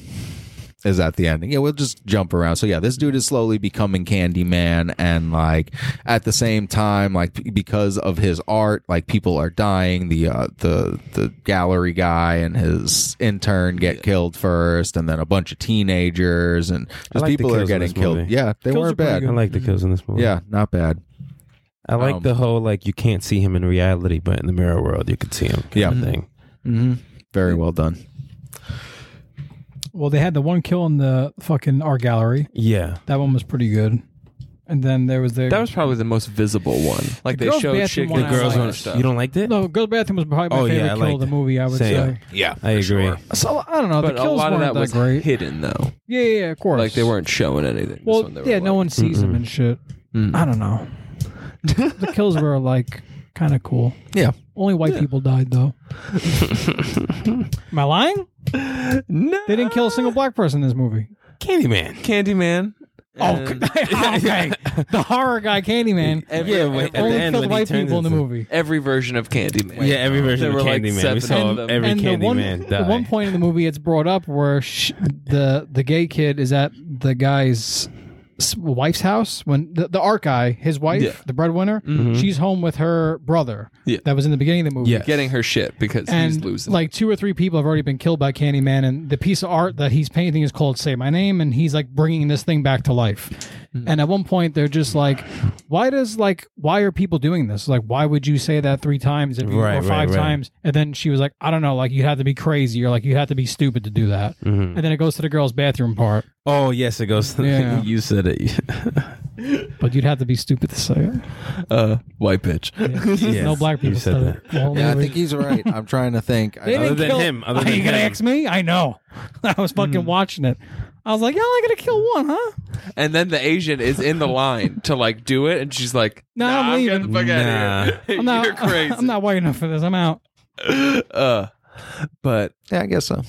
A: Is at the ending. Yeah, we'll just jump around. So yeah, this dude is slowly becoming Candyman, and like at the same time, like p- because of his art, like people are dying. The uh, the the gallery guy and his intern get killed first, and then a bunch of teenagers and
D: I
A: just
D: like the
A: people are
D: kills in
A: getting
D: this
A: killed.
D: movie.
A: Yeah, they
C: Kills
A: weren't
C: are pretty
A: bad.
D: I like the kills in this movie.
A: Yeah, not bad.
D: I like
A: Um,
D: the whole like you can't see him in reality, but in the mirror world you could see him. kind
A: Yeah.
D: of thing.
A: Very well done.
C: Well, they had the one kill in the fucking art gallery.
D: Yeah,
C: That one was pretty good. And then there was the
B: That was probably the most visible one. Like
C: The
B: they
C: girls'
B: showed
C: bathroom
B: chicken
C: one
D: the
C: I
D: girls.
C: like.
D: don't-
B: stuff.
D: You don't like it?
C: no girl bathroom was probably my
D: Oh, yeah,
C: favorite
D: I
C: kill of the
D: liked it.
C: movie. I would
D: Same.
C: say.
A: Yeah,
D: I agree.
C: So I don't know.
B: But
C: the
B: a
C: kills
B: lot of
C: weren't
B: that was
C: great.
B: hidden though.
C: Yeah, yeah, yeah, of course.
B: Like they weren't showing anything. This
C: Well,
B: one they were
C: yeah, no
B: like-
C: one sees them and shit. I don't know. the kills were like kind of cool.
A: yeah.
C: Only white people died, though. Am I lying?
B: No,
C: They didn't kill a single black person in this movie.
D: Candyman.
B: Candyman.
C: Oh, okay. the horror guy, Candyman,
B: Every,
D: Yeah, wait,
B: every-
D: at the
C: only
D: end when
C: killed
D: he
C: white
D: turns
C: people in the
D: into-
C: movie.
B: every version of Candyman.
D: Yeah, every version
B: There
D: of
B: were, like,
D: Candyman. we
B: seven
D: saw
B: of them.
D: every
C: and the one,
D: Candyman die.
C: the one point in the movie, it's brought up where sh- the the gay kid is at the guy's s- wife's house when the, the art guy, his wife,
B: Yeah.
C: the breadwinner, she's home with her brother.
B: Yeah.
C: that was in the beginning of the movie.
D: Mm-hmm. Yeah.
B: Getting her shit because
C: and
B: he's losing.
C: like two or three people have already been killed by Candyman, and the piece of art that he's painting is called "Say My Name," and he's like bringing this thing back to life.
D: Hmm.
C: And at one point, they're just like, "Why does like why are people doing this? Like, why would you say that three times if you,
D: Right,
C: or
D: right,
C: five
D: right.
C: times?" And then she was like, "I don't know. Like, you have to be crazy or like you have to be stupid to do that."
D: Mm-hmm.
C: And then it goes to the girl's bathroom part,
D: Oh yes, it goes. To
C: Yeah.
D: you said it.
C: but you'd have to be stupid to say it.
B: uh, white bitch.
D: Yes,
C: no black people
D: You said
C: said
D: that.
C: it. The whole
A: Yeah, I
C: movie.
A: think he's right. I'm trying to think. I-
C: They
D: Other
C: didn't
D: than
C: kill-
D: him, other
C: Are
D: than
C: you gonna
D: him.
C: ask me? I know. I was fucking watching it. I was like, "Y'all only gonna kill one, huh?"
B: And then the Asian is in the line to like do it, and she's like,
C: No,
B: "Nah,
C: I'm
B: I'm getting
C: leaving."
B: the fuck out of here.
C: I'm not,
B: You're crazy."
C: I'm not white enough for this. I'm out.
B: Uh, but
A: yeah, I guess so.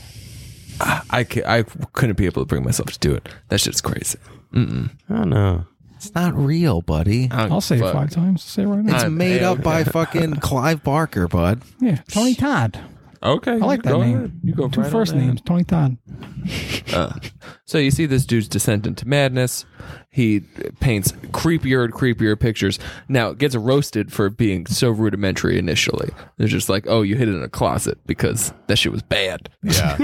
B: I, c- I couldn't be able to bring myself to do it. That shit's crazy.
D: Oh no.
A: It's not real, buddy.
B: I don't
C: I'll
B: give
C: say
B: a
C: it
B: fuck.
C: five times. Say it right now.
A: It's
B: I'm
A: made
B: a-
A: up by fucking Clive Barker, bud.
C: yeah, Tony Todd.
B: Okay,
C: I like that name.
B: You go
C: Two
B: right on
C: first
B: that.
C: names, Tony Todd.
B: So you see this dude's descent into madness. He paints creepier and creepier pictures. Now gets roasted for being so rudimentary initially. They're just like, "Oh, you hid it in a closet because that shit was bad."
A: Yeah.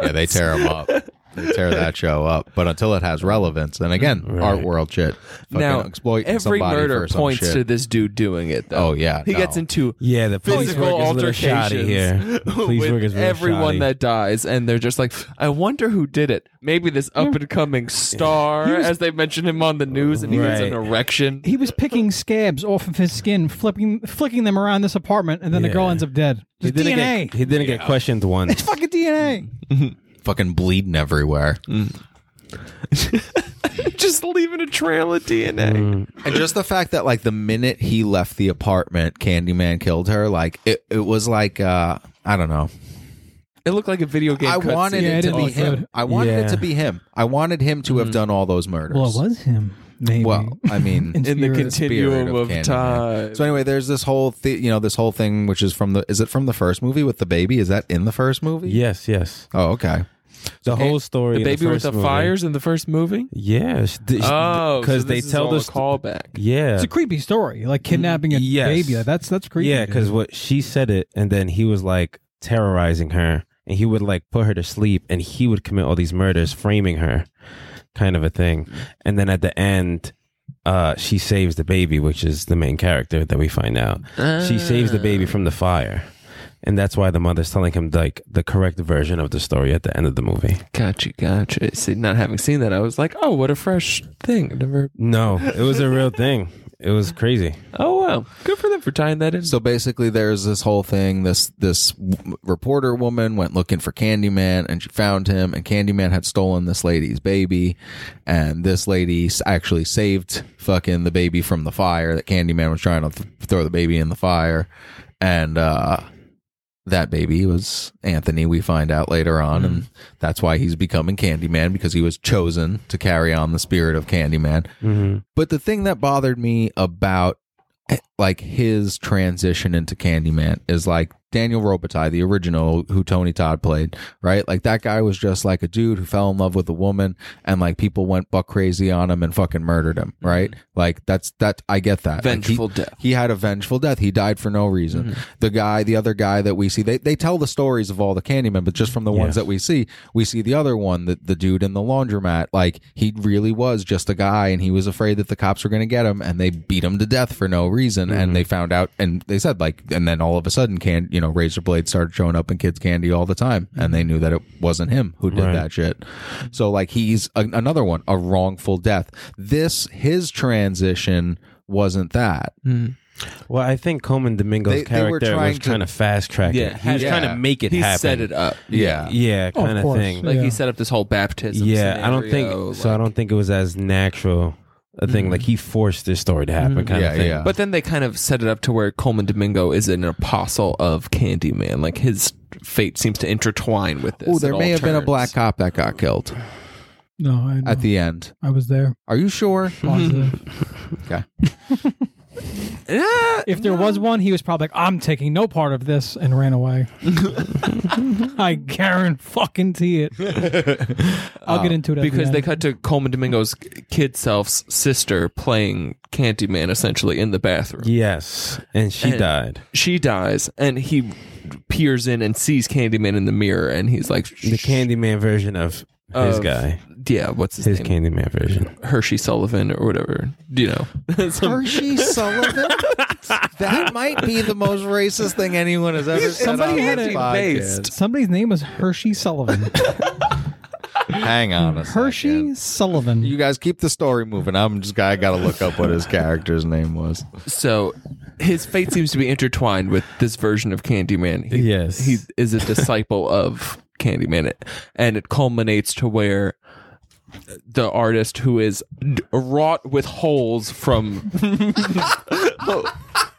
A: yeah, they tear him up. They tear that show up. But until it has relevance, and again, art world shit. Fucking
B: Now,
A: exploit
B: every
A: somebody
B: murder
A: for some
B: points
A: shit.
B: to this dude doing it, though.
A: Oh, yeah,
B: He
A: no.
B: gets into
D: Yeah, the police
B: physical
D: work is a little shoddy
B: altercations
D: here. The police
B: with
D: work is really
B: everyone
D: shoddy.
B: that dies, and they're just like, I wonder who did it. Maybe this up and coming star, as they mention him on the news, and he gets an
D: Right.
B: erection.
C: He was picking scabs off of his skin, flipping, flicking them around this apartment, and then the girl
D: Yeah.
C: ends up dead.
D: he
C: Just
D: didn't
C: DNA.
D: get he didn't get questioned
C: it's
D: once.
C: fucking DNA.
A: fucking bleeding everywhere.
B: just leaving a trail of DNA.
A: And just the fact that like the minute he left the apartment, Candyman killed her. Like it, it was like uh I don't know.
B: It looked like a video game.
A: I
B: cutscene.
A: wanted
C: Yeah, it
A: it to
C: didn't
A: be
C: look
A: him.
C: good.
A: I wanted it
D: Yeah.
A: to be him. I wanted him to have done all those murders.
C: Well, it was him. Maybe.
A: Well, I mean,
B: in the
C: Spirit.
B: continuum
A: spirit
B: of,
A: Candyman.
B: time.
A: So anyway, there's this whole thi- you know this whole thing which is from the is it from the first movie with the baby? Is that in the first movie?
D: Yes, yes.
A: Oh, okay.
D: The whole story.
B: the
D: in
B: baby with
D: first
B: the
D: movie.
B: fires in the first movie.
D: Yes, because
B: Oh, because
D: they tell
B: all a
D: us.
B: callback.
D: yeah,
C: it's a creepy story, like kidnapping a
D: Yes.
C: baby. Like, that's that's creepy.
D: yeah,
C: dude.
D: because what she said it, and then he was like terrorizing her, and he would like put her to sleep, and he would commit all these murders, framing her, kind of a thing. And then at the end, uh, she saves the baby, which is the main character that we find out. She saves the baby from the fire. And that's why the mother's telling him like the correct version of the story at the end of the movie.
B: Gotcha, gotcha. See, not having seen that, I was like, oh, what a fresh thing. I've Never.
D: No, it was a real thing. It was crazy.
B: Oh wow, good for them for tying that in.
A: So basically, there's this whole thing. This this w- reporter woman went looking for Candyman, and she found him. And Candyman had stolen this lady's baby, and this lady s- actually saved fucking the baby from the fire. That Candyman was trying to th- throw the baby in the fire, and uh, that baby was Anthony. We find out later on, and that's why he's becoming Candyman because he was chosen to carry on the spirit of Candyman.
D: Mm-hmm.
A: But the thing that bothered me about eh, like his transition into Candyman is like Daniel Robitaille, the original who Tony Todd played, right? Like that guy was just like a dude who fell in love with a woman and like people went buck crazy on him and fucking murdered him, right? Like that's that I get that. Like, he-
B: Mm-hmm. Vengeful death.
A: he had a vengeful death. He died for no reason. The guy, the other guy that we see, they, they tell the stories of all the Candymen, but just from the ones
D: Yes.
A: that we see, we see the other one, the, the dude in the laundromat. Like, he really was just a guy, and he was afraid that the cops were going to get him, and they beat him to death for no reason. And they found out, and they said, like, and then all of a sudden, can you know, Razor Blade started showing up in kids' candy all the time, and they knew that it wasn't him who did
D: Right.
A: that shit. So, like, he's a, another one, a wrongful death. This, his transition wasn't that.
D: Well, I think Coleman Domingo's
A: They- they were
D: character was
A: trying to-
D: trying to fast track
B: Yeah,
D: it. He was
B: yeah.
D: trying to make it
B: he
D: happen.
B: set it up.
A: Yeah.
D: Yeah,
C: Oh, of
D: kind of
C: course.
D: thing.
B: Like
C: Yeah.
B: he set up this whole baptism.
D: yeah, I don't think
B: scenario,
D: so. I
B: like-
D: don't think it was as natural a thing. Like he forced this story to happen, kind
A: Yeah,
D: of thing.
A: yeah.
B: But then they kind of set it up to where Coleman Domingo is an apostle of Candyman. Like his fate seems to intertwine with this.
A: Oh, there
B: at
A: may
B: all
A: have been a
B: turns.
A: black cop that got killed
C: no, I, know.
A: at the end.
C: I was there.
A: Are you sure?
C: Positive.
A: Okay.
B: Yeah,
C: if there was one, he was probably like, "I'm taking no part of this," and ran away. I guarantee fucking it. I'll get into it at the
B: because they
C: end.
B: cut to Coleman Domingo's kid self's sister playing Candyman essentially in the bathroom.
D: Yes, and she
B: And-
D: died.
B: She dies, and he peers in and sees Candyman in the mirror, and he's like,
D: The Candyman version of his
B: Of
D: guy,
B: "Yeah, what's his,
D: his
B: name?
D: Candyman version.
B: Hershey Sullivan or whatever." Do you know? Some-
A: Hershey Sullivan? That might be the most racist thing anyone has ever said.
C: Somebody
A: on
C: had
A: this
C: it
A: podcast.
B: based.
C: Somebody's name was Hershey Sullivan.
A: Hang on a
C: Hershey
A: second.
C: Sullivan.
A: You guys keep the story moving. I'm just I gotta look up what his character's name was.
B: So his fate seems to be intertwined with this version of Candyman. He,
D: Yes.
B: He is a disciple of Candyman. And it culminates to where the artist who is d- wrought with holes from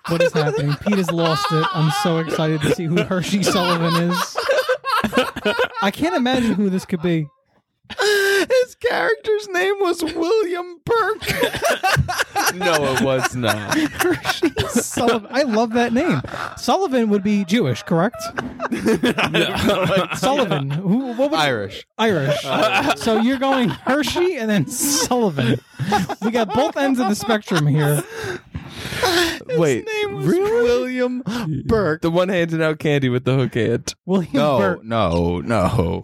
C: What is happening? Pete has lost it. I'm so excited to see who Hershey Sullivan is. I can't imagine who this could be.
A: His character's name was William Burke.
B: no it was not
C: Hershey Sullivan. I love that name. Sullivan would be Jewish, correct? Sullivan. Who, what would
A: Irish.
C: Irish. so you're going Hershey and then Sullivan. We got both ends of the spectrum here.
B: Wait,
A: name was
B: really?
A: William Burke.
B: The one handing out candy with the hook hand.
C: William
A: No,
C: Burke.
A: no, no.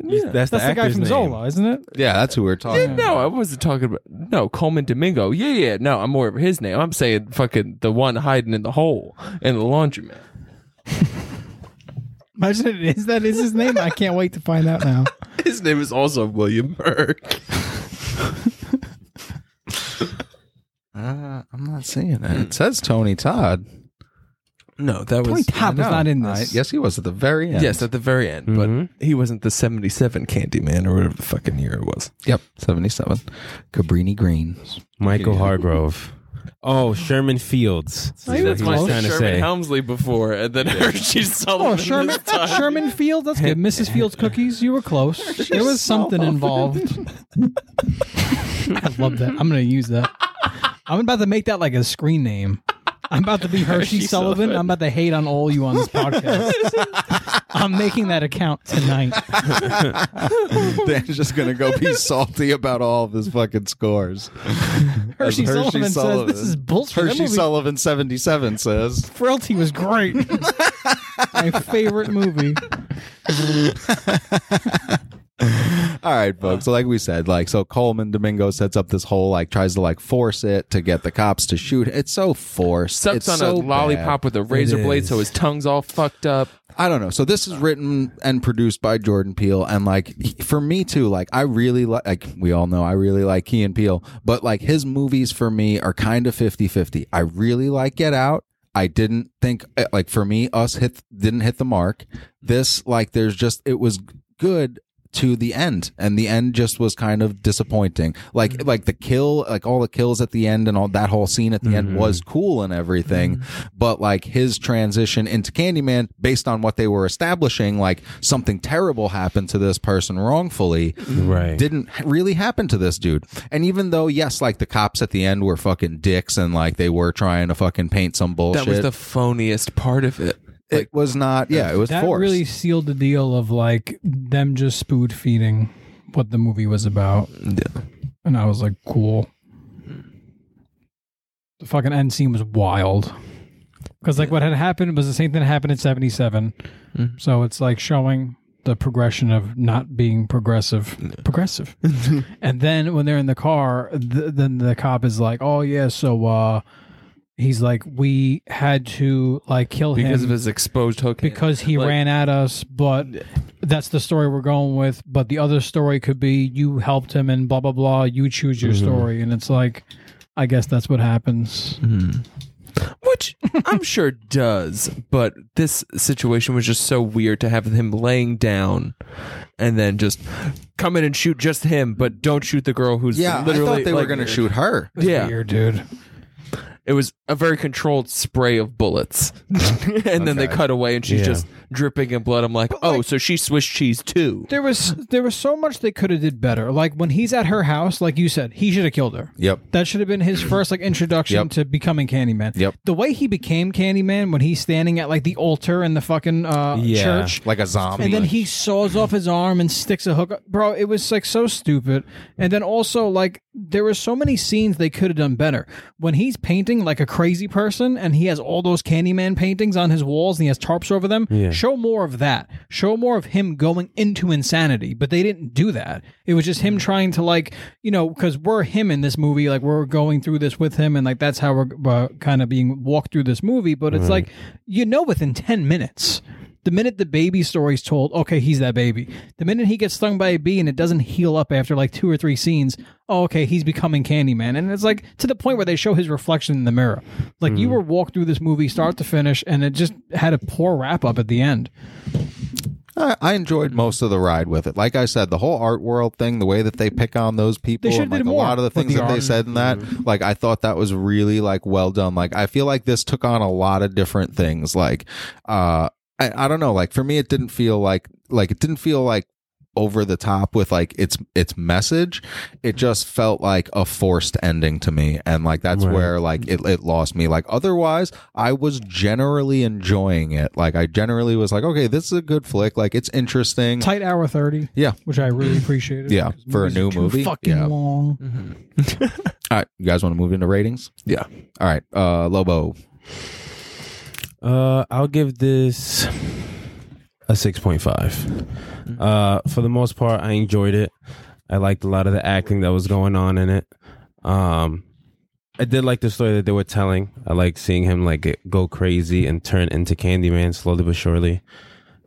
C: That's
D: That's, the,
C: the guy
D: actor's
C: from
D: name.
C: Zola, isn't it?
A: Yeah, that's who we are talking. about.
B: No, I wasn't talking about no Coleman Domingo. Yeah, yeah. No, I'm more of his name. I'm saying fucking the one hiding in the hole in the laundromat.
C: Imagine it is that is his name. I can't wait to find out now.
B: His name is also William Burke.
A: Uh, I'm not seeing that. It says Tony Todd.
B: No, that
C: Tony
B: was
C: Todd was
A: No,
C: not in
A: I-
C: this.
A: yes, he was at the very end.
B: yes at the Mm-hmm. very end,
D: Mhm.
B: but he wasn't the '77 Candy Man or whatever the fucking year it was.
A: Yep. 77. Cabrini Green.
D: Michael Hargrove. Oh, Sherman Fields.
C: Not even
D: That's what I was
C: close.
D: trying to
B: Oh, Sherman
D: say.
B: Helmsley before, and then Hershey Sullivan.
C: Oh, Sherman Sherman Fields. That's good. Mrs. Fields cookies. You were close. There was something involved. I love that. I'm gonna use that. I'm about to make that like a screen name. I'm about to be Hershey, Sullivan. I'm about to hate on all you on this podcast. I'm making that account tonight.
A: Dan's just going to go be salty about all of his fucking scores. Hershey
C: Hershey, Sullivan,
A: Sullivan.
C: says this is bullshit. That
A: Hershey
C: movie
A: Sullivan 77 says.
C: Frailty was great. My favorite movie.
A: All right, folks. So like we said, like so Coleman Domingo sets up this whole like tries to like force it to get the cops to shoot. It's so forced.
B: Sucks
A: it's
B: on
A: so
B: a
A: bad.
B: lollipop with a razor blade,
D: is.
B: so his tongue's all fucked up.
A: I don't know. So this is written and produced by Jordan Peele, and like he- for me too, like I really like. Like we all know, I really like Key and Peele, but like his movies for me are kind of 50-50. I really like Get Out. I didn't think uh, like for me, Us hit didn't hit the mark. This like there's just it was good to the end and the end just was kind of disappointing like
B: Mm-hmm.
A: like the kill like all the kills at the end and all that whole scene at the
B: Mm-hmm.
A: end was cool and everything but like his transition into candyman based on what they were establishing like something terrible happened to this person wrongfully
D: Right.
A: didn't really happen to this dude. And even though, yes, like the cops at the end were fucking dicks and like they were trying to fucking paint some bullshit.
B: That was the phoniest part of it.
A: it was not. Yeah, it was
C: That
A: forced.
C: really sealed the deal of like them just spood feeding what the movie was about. And I was like, cool. The fucking end scene was wild. Because like what had happened was the same thing that happened in 77.
B: Mhm.
C: So it's like showing the progression of not being progressive. Progressive. and then when they're in the car, th- then the cop is like, oh yeah, so uh he's like, we had to like kill him
B: because of his exposed hook. hand.
C: because he
B: Like-
C: ran at us, but that's the story we're going with. But the other story could be you helped him and blah blah blah. You choose your story, and it's like, I guess that's what happens.
B: which I'm sure does, but this situation was just so weird to have him laying down and then just come in and shoot just him, but don't shoot the girl who's
A: yeah, I
B: Literally,
A: thought they were
B: like- uh,
A: going to shoot her.
B: Yeah,
C: Weird, dude.
B: it was a very controlled spray of bullets, and then they
A: Okay.
B: cut away, and she's
D: Yeah.
B: just dripping in blood. I'm like, oh, so she Swiss cheese too.
C: There was there was so much they could have did better. Like when he's at her house, like you said, he should have killed her.
A: Yep.
C: That should have been his first like introduction
A: Yep.
C: to becoming Candyman.
A: Yep.
C: The way he became Candyman when he's standing at like the altar in the fucking uh,
D: Yeah.
C: church,
A: Like a zombie.
C: and then he saws off his arm and sticks a hook up. bro it was like so stupid and then also like there were so many scenes they could have done better when he's painting like a crazy person and he has all those candyman paintings on his walls and he has tarps over them
D: Yeah.
C: show more of that show more of him going into insanity but they didn't do that it was just him trying to like you know because we're him in this movie like we're going through this with him and like that's how we're uh, kind of being walked through this movie but it's like you know within 10 minutes the minute the baby story's told, okay, he's that baby. The minute he gets stung by a bee and it doesn't heal up after like two or three scenes, oh, okay, he's becoming Candyman. And it's like to the point where they show his reflection in the mirror. Like you
A: Mm-hmm.
C: were walked through this movie start to finish, and it just had a poor wrap up at the end.
A: I, I enjoyed most of the ride with it. Like I said, the whole art world thing, the way that they pick on those people,
C: They should
A: and
C: have
A: like a
C: did more
A: lot of the
C: with
A: things
C: the
A: that they
C: art.
A: said in that, like I thought that was really like well done. Like I feel like this took on a lot of different things. Like, uh, I, I don't know. Like for me, it didn't feel like like it didn't feel like over the top with like its its message. It just felt like a forced ending to me, and like that's
D: Right.
A: where like
C: Mm-hmm.
A: it it lost me. Like otherwise, I was generally enjoying it. Like I generally was like, okay, this is a good flick. Like it's interesting.
C: Tight hour thirty.
A: Mm. Yeah.
C: which I really appreciated.
A: Yeah,
C: 'cause
A: for a
C: movies
A: new
C: are too
A: movie,
C: fucking
A: yeah.
C: long.
A: All right, you guys want to move into ratings?
B: Yeah.
A: All right, uh, Lobo.
D: Uh, I'll give this a six point five. Uh, for the most part, I enjoyed it. I liked a lot of the acting that was going on in it. Um, I did like the story that they were telling. I like seeing him like get, go crazy and turn into Candyman slowly but surely.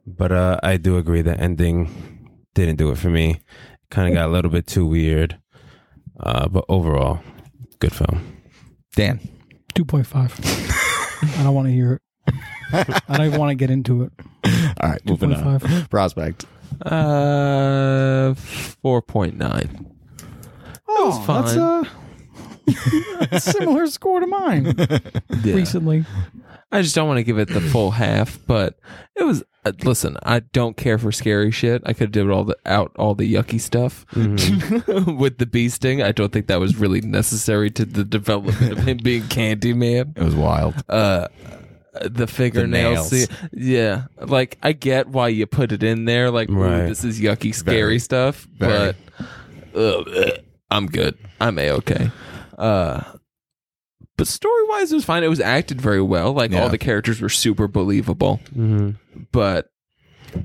D: But uh, I do agree the ending didn't do it for me. Kind of got a little bit too weird. Uh, but overall, good film.
A: Dan.
C: Two point five. I don't want to hear it. I don't even want to get into it.
A: All right,
C: Two
A: moving
C: point
A: on.
C: five.
A: Prospect.
B: Uh, four point nine.
C: Oh,
B: fine.
C: that's a similar score to mine recently.
B: I just don't want to give it the full half, but it was. Uh, listen, I don't care for scary shit. I could have did all the out all the yucky stuff with the bee sting. I don't think that was really necessary to the development of him being Candyman.
A: It was wild.
B: Uh, the fingernail
A: nails.
B: scene, yeah. Like I get why you put it in there. Like, ooh,
D: Right.
B: this is yucky, scary
A: Very.
B: stuff.
A: Very.
B: But uh, bleh, I'm good. I'm a okay. Uh, but story wise, it was fine. It was acted very well. Like
A: Yeah.
B: all the characters were super believable.
D: Mm-hmm.
B: But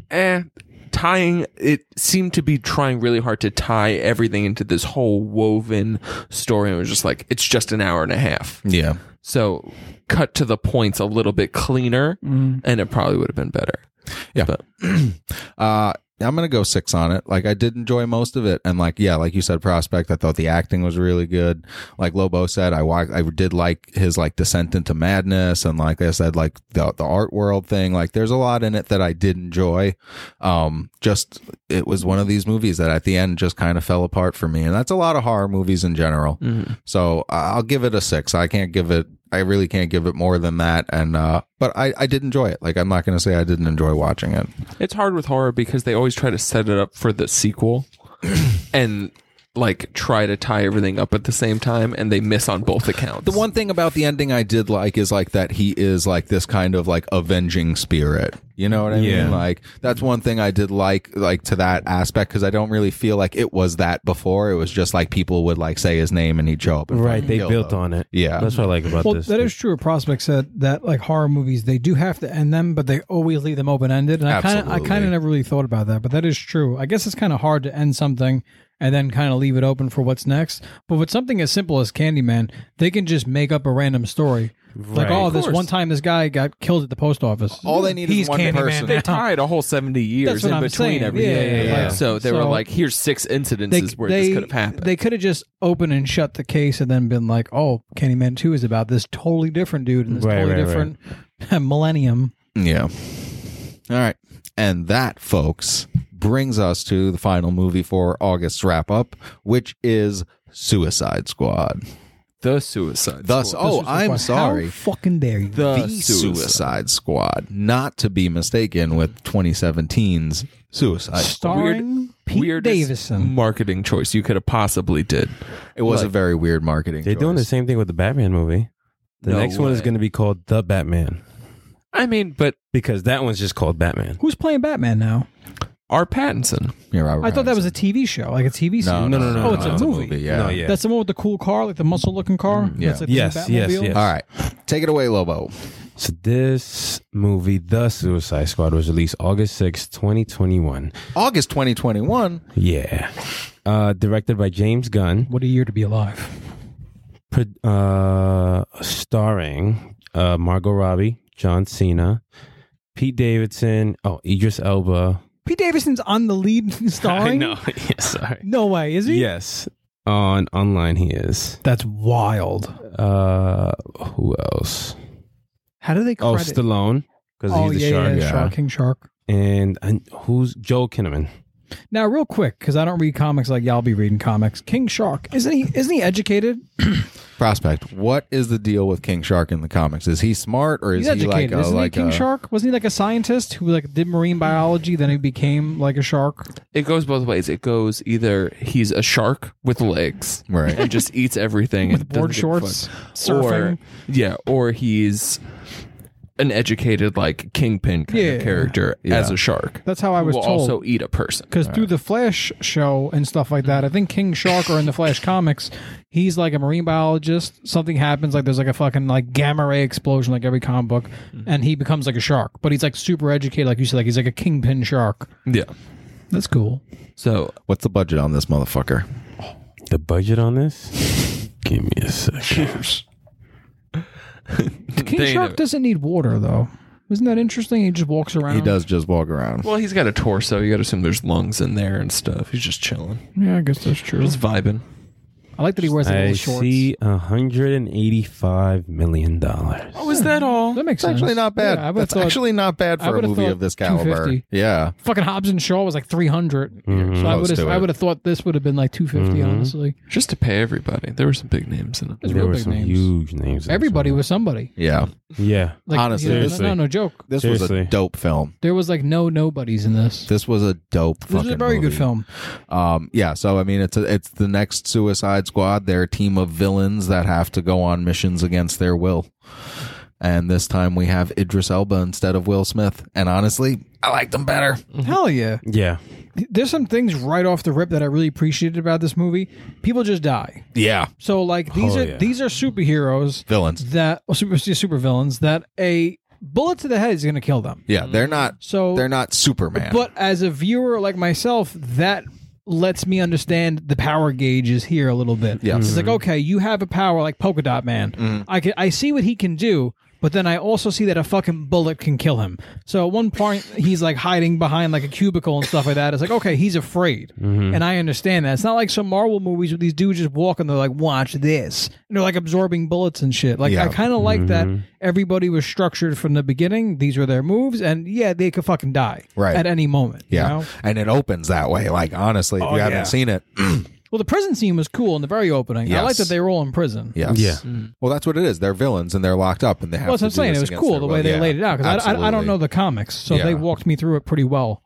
B: eh, tying it seemed to be trying really hard to tie everything into this whole woven story. And it was just like it's just an hour and a half.
A: Yeah.
B: So cut to the points a little bit cleaner,
C: Mm-hmm.
B: and it probably would have been better.
A: Yeah.
B: But-
A: uh, I'm gonna go six on it. Like I did enjoy most of it, and like yeah, like you said, prospect. I thought the acting was really good. Like Lobo said, I walked, I did like his like descent into madness, and like I said, like the the art world thing. Like there's a lot in it that I did enjoy. Um, just it was one of these movies that at the end just kind of fell apart for me, and that's a lot of horror movies in general. So I- I'll give it a six. I can't give it. I really can't give it more than that. And uh, but I I did enjoy it. Like I'm not gonna say I didn't enjoy watching it.
B: It's hard with horror because they always try to set it up for the sequel and like try to tie everything up at the same time and they miss on both accounts.
A: The one thing about the ending I did like is like that he is like this kind of like avenging spirit. You know what I
D: Yeah.
A: mean? Like that's one thing I did like like to that aspect because I don't really feel like it was that before. It was just like people would like say his name and he'd show up. And
D: Right,
A: fucking
D: they
A: kill
D: built
A: them.
D: on it.
A: Yeah.
D: That's what I like about
C: Well,
D: this.
C: that is true. Prospect said that like horror movies, they do have to end them, but they always leave them open ended. And I kind of, I kind
A: Absolutely.
C: of never really thought about that, but that is true. I guess it's kind of hard to end something and then kind of leave it open for what's next. But with something as simple as Candyman, they can just make up a random story. Like,
D: Right.
C: oh,
D: Of
C: this one time this guy got killed at the post office.
A: All they need is
C: He's
A: one
C: Candyman
A: person.
C: now.
B: they tied a whole 70 years
C: That's what
B: in
C: I'm
B: between
C: saying.
B: everything.
C: Yeah,
A: yeah.
C: yeah,
A: Yeah.
B: So they were
C: So-
B: like, here's six incidences where this could have happened.
C: They could have just opened and shut the case and then been like, "Oh, Candyman Two is about this totally different dude and this
D: Right,
C: totally
D: right,
C: different millennium."
A: Yeah. All right. And that, folks, brings us to the final movie for August's wrap up, which is Suicide Squad.
B: the suicide.
A: Thus,
B: Squad.
A: oh,
C: Just
A: I'm
C: like,
A: sorry.
C: How fucking dare you?
A: the Suicide, Squad, not to be mistaken with 2017's Suicide. Squad.
C: Starring Pete
B: weirdest
C: Davidson.
B: marketing choice you could have possibly did.
A: It was a
B: Like-
A: very weird marketing.
D: They're doing the
A: choice.
D: same thing with the Batman movie. The
B: No
D: next one is
B: way.
D: going to be called The Batman
B: I mean, but
D: because that one's just called Batman.
C: Who's playing Batman now?
B: our Pattinson.
A: Yeah, Robert
C: I thought that was a
A: Pattinson.
C: TV show, like a TV
A: no,
C: series. Oh,
A: no, no,
D: no,
A: no. no,
D: no, it's a
C: movie.
A: Yeah.
D: No, yeah.
C: That's the one with the cool car, like the muscle-looking car.
A: yeah.
C: That's like the
D: Yes, yes,
C: Batmobile?
D: yes.
A: All right, take it away, Lobo.
D: So this movie, The Suicide Squad, was released August sixth, 2021.
A: August 2021.
D: Yeah. Uh, directed by James Gunn,
C: What a year to be alive!
D: pro- uh, starring uh, Margot Robbie, John Cena, Pete Davidson, oh, Idris Elba.
C: Pete Davidson's on the lead starring.
D: yeah, sorry.
C: No way, is he?
D: Yes. On online he is.
C: That's wild.
D: Uh, who else?
C: How do they
D: Oh,
C: credit?
D: Stallone because
C: oh
D: he's the
C: yeah,
D: shark.
C: yeah,
A: yeah.
C: Shark King Shark.
D: And, and who's Joel Kinnaman?
C: Now, real quick, because I don't read comics like y'all be reading comics. King Shark isn't he? Isn't he educated?
A: Prospect, what is the deal with King Shark in the comics? Is he smart or is
C: He's
A: he like
C: educated,
A: a
C: isn't
A: like
C: he? King
A: a,
C: Shark wasn't he like a scientist who like did marine biology, then he became like a shark?
B: It goes both ways. It goes either he's a shark with legs
A: Right.
B: and just eats everything with and
C: board
B: doesn't give a
C: shorts,
B: fuck.
C: surfing.
B: Or, yeah, or he's an educated like kingpin kind
C: Yeah.
B: of character as a shark.
C: That's how I was
B: will
C: told.
B: also eat a person.
C: because through the Flash show and stuff like that, I think King Shark or in the Flash comics, he's like a marine biologist. Something happens, like there's like a fucking like gamma ray explosion, like every comic book,
A: Mm-hmm.
C: and he becomes like a shark. But he's like super educated, like you said, like he's like a kingpin shark.
B: Yeah.
C: That's cool.
B: So
A: What's the budget on this motherfucker?
D: The budget on this? Give me a second.
C: King
B: They
C: Shark
B: know.
C: doesn't need water though. Isn't that interesting? He just walks around.
A: He does just walk around.
B: well, he's got a torso. You got to assume there's lungs in there and stuff. He's just chilling,
C: Yeah, I guess that's true.
B: just vibing.
C: I like that he wears the
D: I
C: little shorts.
D: see $185 million.
B: Oh, is that all?
C: That makes
A: It's actually
C: sense.
A: not bad.
C: Yeah, I would've
A: That's
C: thought-
A: actually not bad
C: I
A: for a
C: would've
A: movie
C: thought
A: of this caliber.
C: 250.
A: Yeah.
C: fucking Hobbs and Shaw was like 300. So I
A: Close
C: would have
A: to
C: I
A: it.
C: would have thought this would have been like 250 honestly.
B: Just to pay everybody. There were some big names in it.
C: There's
D: There
C: real
D: were
C: big
D: some
C: names.
D: huge names. in this
C: Everybody
D: one.
C: was somebody.
A: Yeah.
D: Yeah.
C: Like,
A: Honestly,
C: yeah,
D: seriously.
C: no, no, no joke.
A: This was a
D: Seriously.
A: dope film.
C: There was like no nobodies in this.
A: This was a dope
C: This
A: fucking
C: is a very good
A: movie.
C: film.
A: Um, yeah, so I mean, it's a, it's the next Suicide Squad. They're a team of villains that have to go on missions against their will, and this time we have Idris Elba instead of Will Smith. And honestly, I liked him better.
C: Hell yeah.
D: Yeah.
C: There's some things right off the rip that I really appreciated about this movie. People just die.
A: Yeah,
C: So like these
D: Oh,
C: are
D: yeah.
C: these are superheroes
A: villains.
C: that well, super super villains that a bullet to the head is going to kill them.
A: Yeah, they're not
C: So
A: they're not Superman.
C: Mm. But as a viewer like myself, that lets me understand the power gauge is here a little bit.
A: Yes.
C: It's like, okay, you have a power like Polka Dot Man.
A: Mm-hmm.
C: I can I see what he can do, but then I also see that a fucking bullet can kill him. So at one point he's like hiding behind like a cubicle and stuff like that. It's like, okay, he's afraid. And I understand that. It's not like some Marvel movies where these dudes just walk and they're like, watch this. And they're like absorbing bullets and shit. Like
A: Yeah.
C: I kinda like that everybody was structured from the beginning. These were their moves, and yeah, they could fucking die
A: Right.
C: at any moment. you
A: yeah,
C: know? Oh,
A: and it opens that way. Like honestly, if you haven't
C: yeah.
A: seen it,
C: Well, the prison scene was cool in the very opening. I
A: Yes.
C: like that they were all in prison.
A: yes,
D: Yeah.
A: Well, that's what it is. They're villains and they're locked up, and they have.
C: Mm. Well, that's
A: to
C: what
A: do
C: I'm saying.
A: this
C: It was
A: against
C: cool
A: their
C: the
A: will.
C: way they
A: Yeah,
C: laid it out because I, I,
A: absolutely.
C: don't know the comics, so
A: Yeah.
C: they walked me through it pretty well.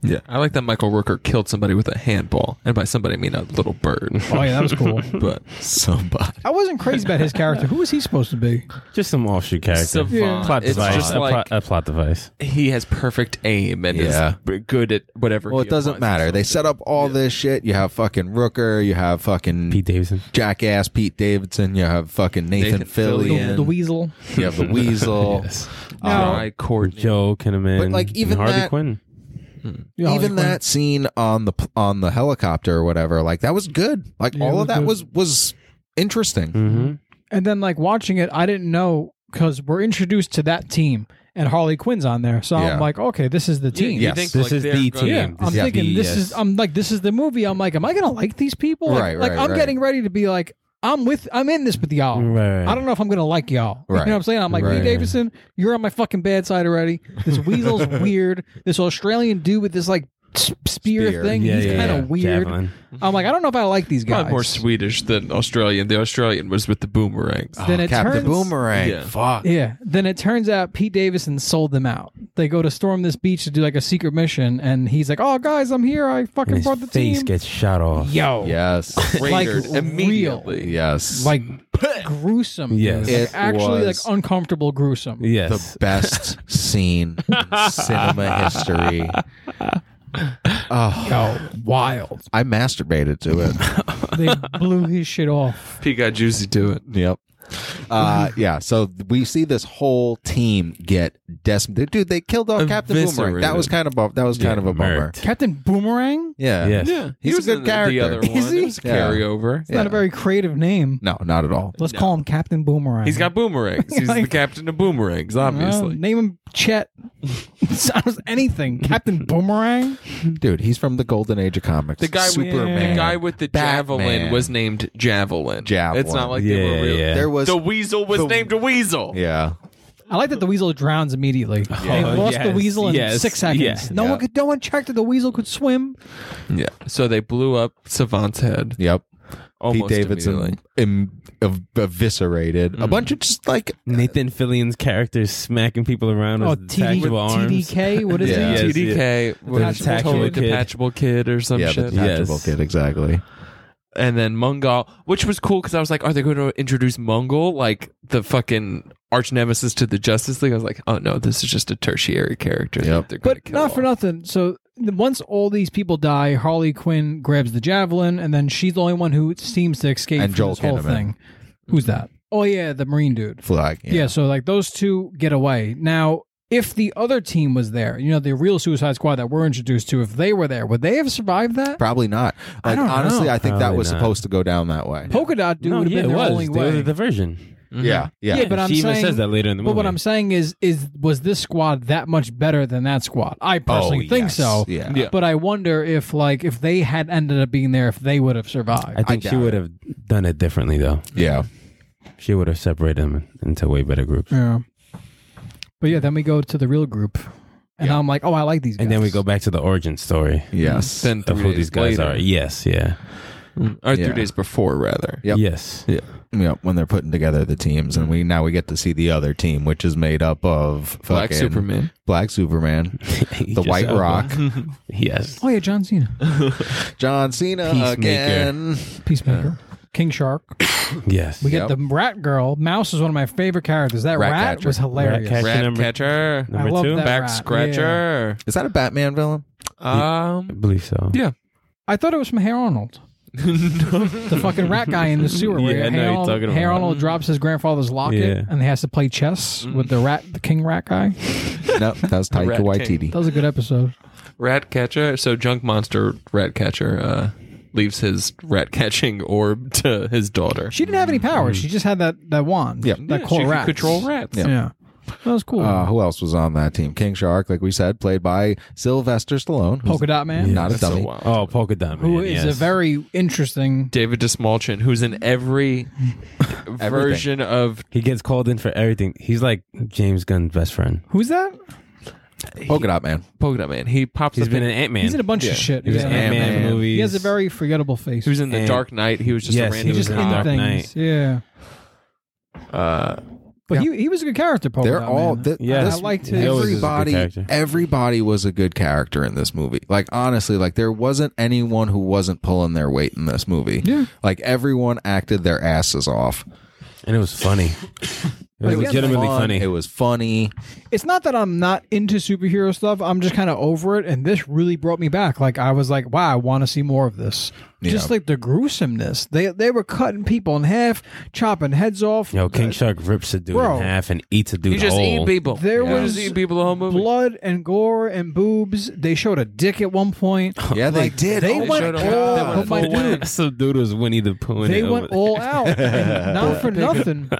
B: Yeah. I like that Michael Rooker killed somebody with a handball. And by somebody, I mean a little bird.
C: Oh yeah, that was cool.
B: but
A: somebody.
C: I wasn't crazy about his character. Who was he supposed to be?
D: Just some offshoot character.
B: Savant.
C: Yeah.
D: Plot
B: It's
D: device.
B: just
D: a,
B: like
D: plot, a plot device.
A: uh,
B: he has perfect aim and
A: Yeah.
B: is b- good at whatever.
A: Well,
B: he
A: it doesn't
B: applies
A: matter. They
B: himself
A: set up all this shit. You have fucking Rooker. You have fucking
D: Pete Davidson.
A: jackass Pete Davidson. You have fucking Nathan,
B: Nathan
A: Fillion.
C: The, the weasel.
A: you have the Weasel.
B: to.
A: Now-
B: Dry coordinate.
D: Joe Kinnaman.
A: But, like, even
D: and Harley
A: that-
D: Quinn.
C: Yeah,
A: Even
C: like,
A: that scene on the pl- on the helicopter or whatever, like that was good. Like
C: Yeah, it
A: all
C: was
A: of that
C: good.
A: was was interesting.
D: Mm-hmm.
C: And then like watching it, I didn't know because we're introduced to that team and Harley Quinn's on there, so
A: Yeah.
C: I'm like, okay, this is the team.
A: yeah.
D: This is the team.
C: Yeah, I'm
A: Yeah.
C: thinking this
D: Yes.
C: is. I'm like, this is the movie. I'm like, am I gonna like these people? Like,
A: Right,
C: like,
A: right,
C: I'm
A: right.
C: getting ready to be like, I'm with, I'm in this with y'all.
D: Right.
C: I don't know if I'm gonna like y'all.
A: Right.
C: You know what I'm saying? I'm like, Pete
A: Right.
C: Davidson, you're on my fucking bad side already. This weasel's weird. This Australian dude with this like s- spear,
A: Spear.
C: thing, he's kind of weird.
D: Javelin.
C: I'm like, I don't know if I like these guys.
B: Probably more Swedish than Australian. The Australian was with the boomerangs.
C: Then it
A: Cap
C: turns.
A: the boomerang.
B: Yeah.
A: Fuck.
C: Yeah. Then it turns out Pete Davidson sold them out. They go to storm this beach to do like a secret mission, and he's like, "Oh, guys, I'm here. I
D: And
C: fucking
D: his
C: brought the
D: face
C: team."
D: gets shot off.
C: Yo.
A: Yes.
C: Like,
B: Raided
C: real.
B: immediately.
A: yes.
C: like gruesome.
D: Yes.
C: dude. Like,
A: It
C: actually,
A: was-
C: like uncomfortable, gruesome.
D: Yes.
A: the best scene in cinema history. Oh,
C: Yo, wild.
A: I masturbated to it.
C: They blew his shit off.
B: He got juicy to it.
A: Yep. Uh, yeah. So we see this whole team get decimated. Dude, they killed off Captain Boomerang. That was kind of bu- that was kind of a bummer.
D: murked.
C: Captain Boomerang.
A: Yeah.
D: Yes.
A: He's a good
B: in
A: character.
B: The other one.
A: Is
C: he?
B: It was a
A: Yeah.
B: carryover.
C: It's not a very creative name.
A: No, not at all.
C: Let's call him Captain Boomerang.
B: He's got boomerangs. He's the
C: Like-
B: captain of boomerangs,
C: I don't know,
B: obviously.
C: name him Chet. Sounds anything. Captain Boomerang.
A: Dude, he's from the golden age of comics.
B: The guy with-
A: Superman.
B: The guy with the javelin
A: Batman.
B: was named Javelin.
A: Javelin.
B: It's not like
D: Yeah.
B: they were real.
D: yeah.
A: there was
B: The weasel was named Weasel.
A: Yeah.
C: I like that the weasel drowns immediately. they
D: Oh,
C: lost the
D: yes,
C: weasel in
D: yes,
C: six seconds.
D: yeah,
C: no
D: yeah.
C: one could. No one checked that the weasel could swim.
B: Yeah. So they blew up Savant's head.
A: Yep.
B: Almost
A: Pete Davidson
B: immediately. Hmm.
A: em, ev- eviscerated a bunch of just like
D: Nathan Fillion's character is smacking people around
C: Oh,
D: with
C: TD,
D: detachable arms.
C: TDK. What is
A: Yeah.
C: he?
D: Yes,
B: TDK was
C: detachable
B: totally
D: kid.
B: detachable kid or some
A: yeah, the
B: shit.
A: detachable
D: Yes.
A: kid exactly.
B: and then Mongol, which was cool because I was like, are they going to introduce Mongol, like the fucking arch nemesis to the Justice League? I was like, oh no, this is just a tertiary character.
A: Yep.
B: that they're gonna
C: But
B: kill
C: not for
B: off.
C: nothing. So the- once all these people die, Harley Quinn grabs the javelin, and then she's the only one who seems to escape
A: And
C: from
A: Joel
C: this whole
A: Kinnaman.
C: thing. Who's that? Oh yeah, the Marine dude.
A: Flag.
C: Yeah. so like those two get away. Now, if the other team was there, you know, the real Suicide Squad that we're introduced to, if they were there, would they have survived that?
A: Probably not.
C: I
A: Like
C: don't
A: honestly,
C: know.
A: I think that
D: Probably
A: was
D: not.
A: supposed to go down that way.
C: Polka dot dude
D: No,
C: would have
D: yeah,
C: been
D: it
C: their
D: was.
C: only
D: They were
C: way.
D: the diversion.
B: Mhm.
A: Yeah, yeah.
C: Yeah, but I'm
D: she even
C: saying-
D: says that later in the
C: but
D: movie.
C: what I'm saying is, is was this squad that much better than that squad? I personally
A: Oh,
C: think
A: yes.
C: so.
A: Yeah.
B: Yeah.
C: But I wonder if, like, if they had ended up being there, if they would have survived.
D: I think
A: I
D: she
A: doubt
D: would have done it differently, though.
A: Yeah.
D: She would have separated them into way better groups.
C: yeah. But yeah, then we go to the real group, and I'm like, oh, I like these. guys.
D: And then we go back to the origin story
A: Yes.
B: Then
D: of
B: three
D: who
B: days
D: these guys
B: later.
D: are. Yes, yeah.
B: Mm. or
A: Yeah.
B: three days before rather.
A: Yep.
D: Yes.
A: yeah, when they're putting together the teams, and we now we get to see the other team, which is made up of
B: Mm-hmm. Black
A: fucking
B: Superman.
A: Black Superman, the White Rock,
D: Yes.
C: Oh yeah, John Cena,
A: John Cena
D: Peacemaker.
A: again.
C: Peacemaker, King Shark.
D: Yes.
C: We
A: Yep.
C: get the Rat Girl. Mouse is one of my favorite characters. That
A: Rat
C: rat,
A: catcher.
C: was hilarious.
D: Rat catcher.
B: Rat
D: number-
B: catcher.
C: I
D: Number
C: love
D: two?
C: that
B: Back
C: rat. Yeah.
B: scratcher.
A: Is that a Batman villain?
D: I
B: Um
D: believe so.
B: Yeah.
C: I thought it was from Hey Arnold. the fucking rat guy in the sewer. where
D: Yeah,
C: hey
D: I know you're
C: Arnold,
D: talking about.
C: Hey Arnold drops his grandfather's locket
D: Yeah.
C: and he has to play chess with the rat, the king rat guy.
A: no, that was
B: The
A: Taika
B: Rat
A: Waititi.
C: That was a good episode.
B: rat catcher. So junk monster rat catcher uh leaves his rat catching orb to his daughter.
C: She didn't have any powers. She just had that that wand.
A: Yeah.
C: that
B: Yeah,
C: cool
B: she could
C: rat.
B: control rats.
C: Yeah. that was cool.
A: Uh, who else was on that team? King Shark, like we said, played by Sylvester Stallone. who's
C: Polka dot man,
A: Not a
B: That's so
A: dummy.
B: wild.
D: Oh, polka dot man.
C: who is
D: yes.
C: a very interesting.
B: David DeSmalchin, who's in every version of
D: He gets called in for everything. He's like James Gunn's best friend.
C: Who's that?
A: Polka dot man.
B: Polka Dot Man. He pops
D: He's
B: up
D: been
B: in,
D: in Ant Man.
C: He's in a bunch
B: Yeah.
C: of shit.
D: He was
C: Yeah.
D: in Ant Man
A: Ant-Man.
D: movies.
C: He has a very forgettable face.
B: he was in the
D: and-
B: Dark Knight. He was just
D: Yes,
B: a
D: he
B: random
C: he just
D: was in
C: in
D: Dark
C: things. Yeah,
B: cop. Uh,
C: but he he was a good character. Polka
A: They're
C: dot
A: all.
C: man.
A: Th-
D: Yeah,
A: this-
C: I liked his- He always
D: is a good
A: everybody.
D: character.
A: Everybody was a good character in this movie. Like honestly, like there wasn't anyone who wasn't pulling their weight in this movie.
C: Yeah.
A: Like everyone acted their asses off.
D: and it was funny. It was
C: it was
D: legitimately
A: Fun,
D: funny.
A: It was funny.
C: it's not that I'm not into superhero stuff. I'm just kind of over it, and this really brought me back. Like I was like, wow, I want to see more of this. Just like the gruesomeness. They they were cutting people in half, chopping heads off.
D: Yo, King Shark rips a dude
C: Bro.
D: in half and eats a dude
B: he just
D: whole.
B: eat people.
C: There
B: He
C: was
B: just eat people the whole movie.
C: Blood and gore and boobs. They showed a dick at one point.
A: Yeah, they did.
C: they
A: Oh my
C: went
B: showed a-
C: all.
B: they went
C: but my
B: full
C: dude,
D: Some dude was Winnie the Pooh. in
C: they
D: it.
C: went all out. And not for nothing.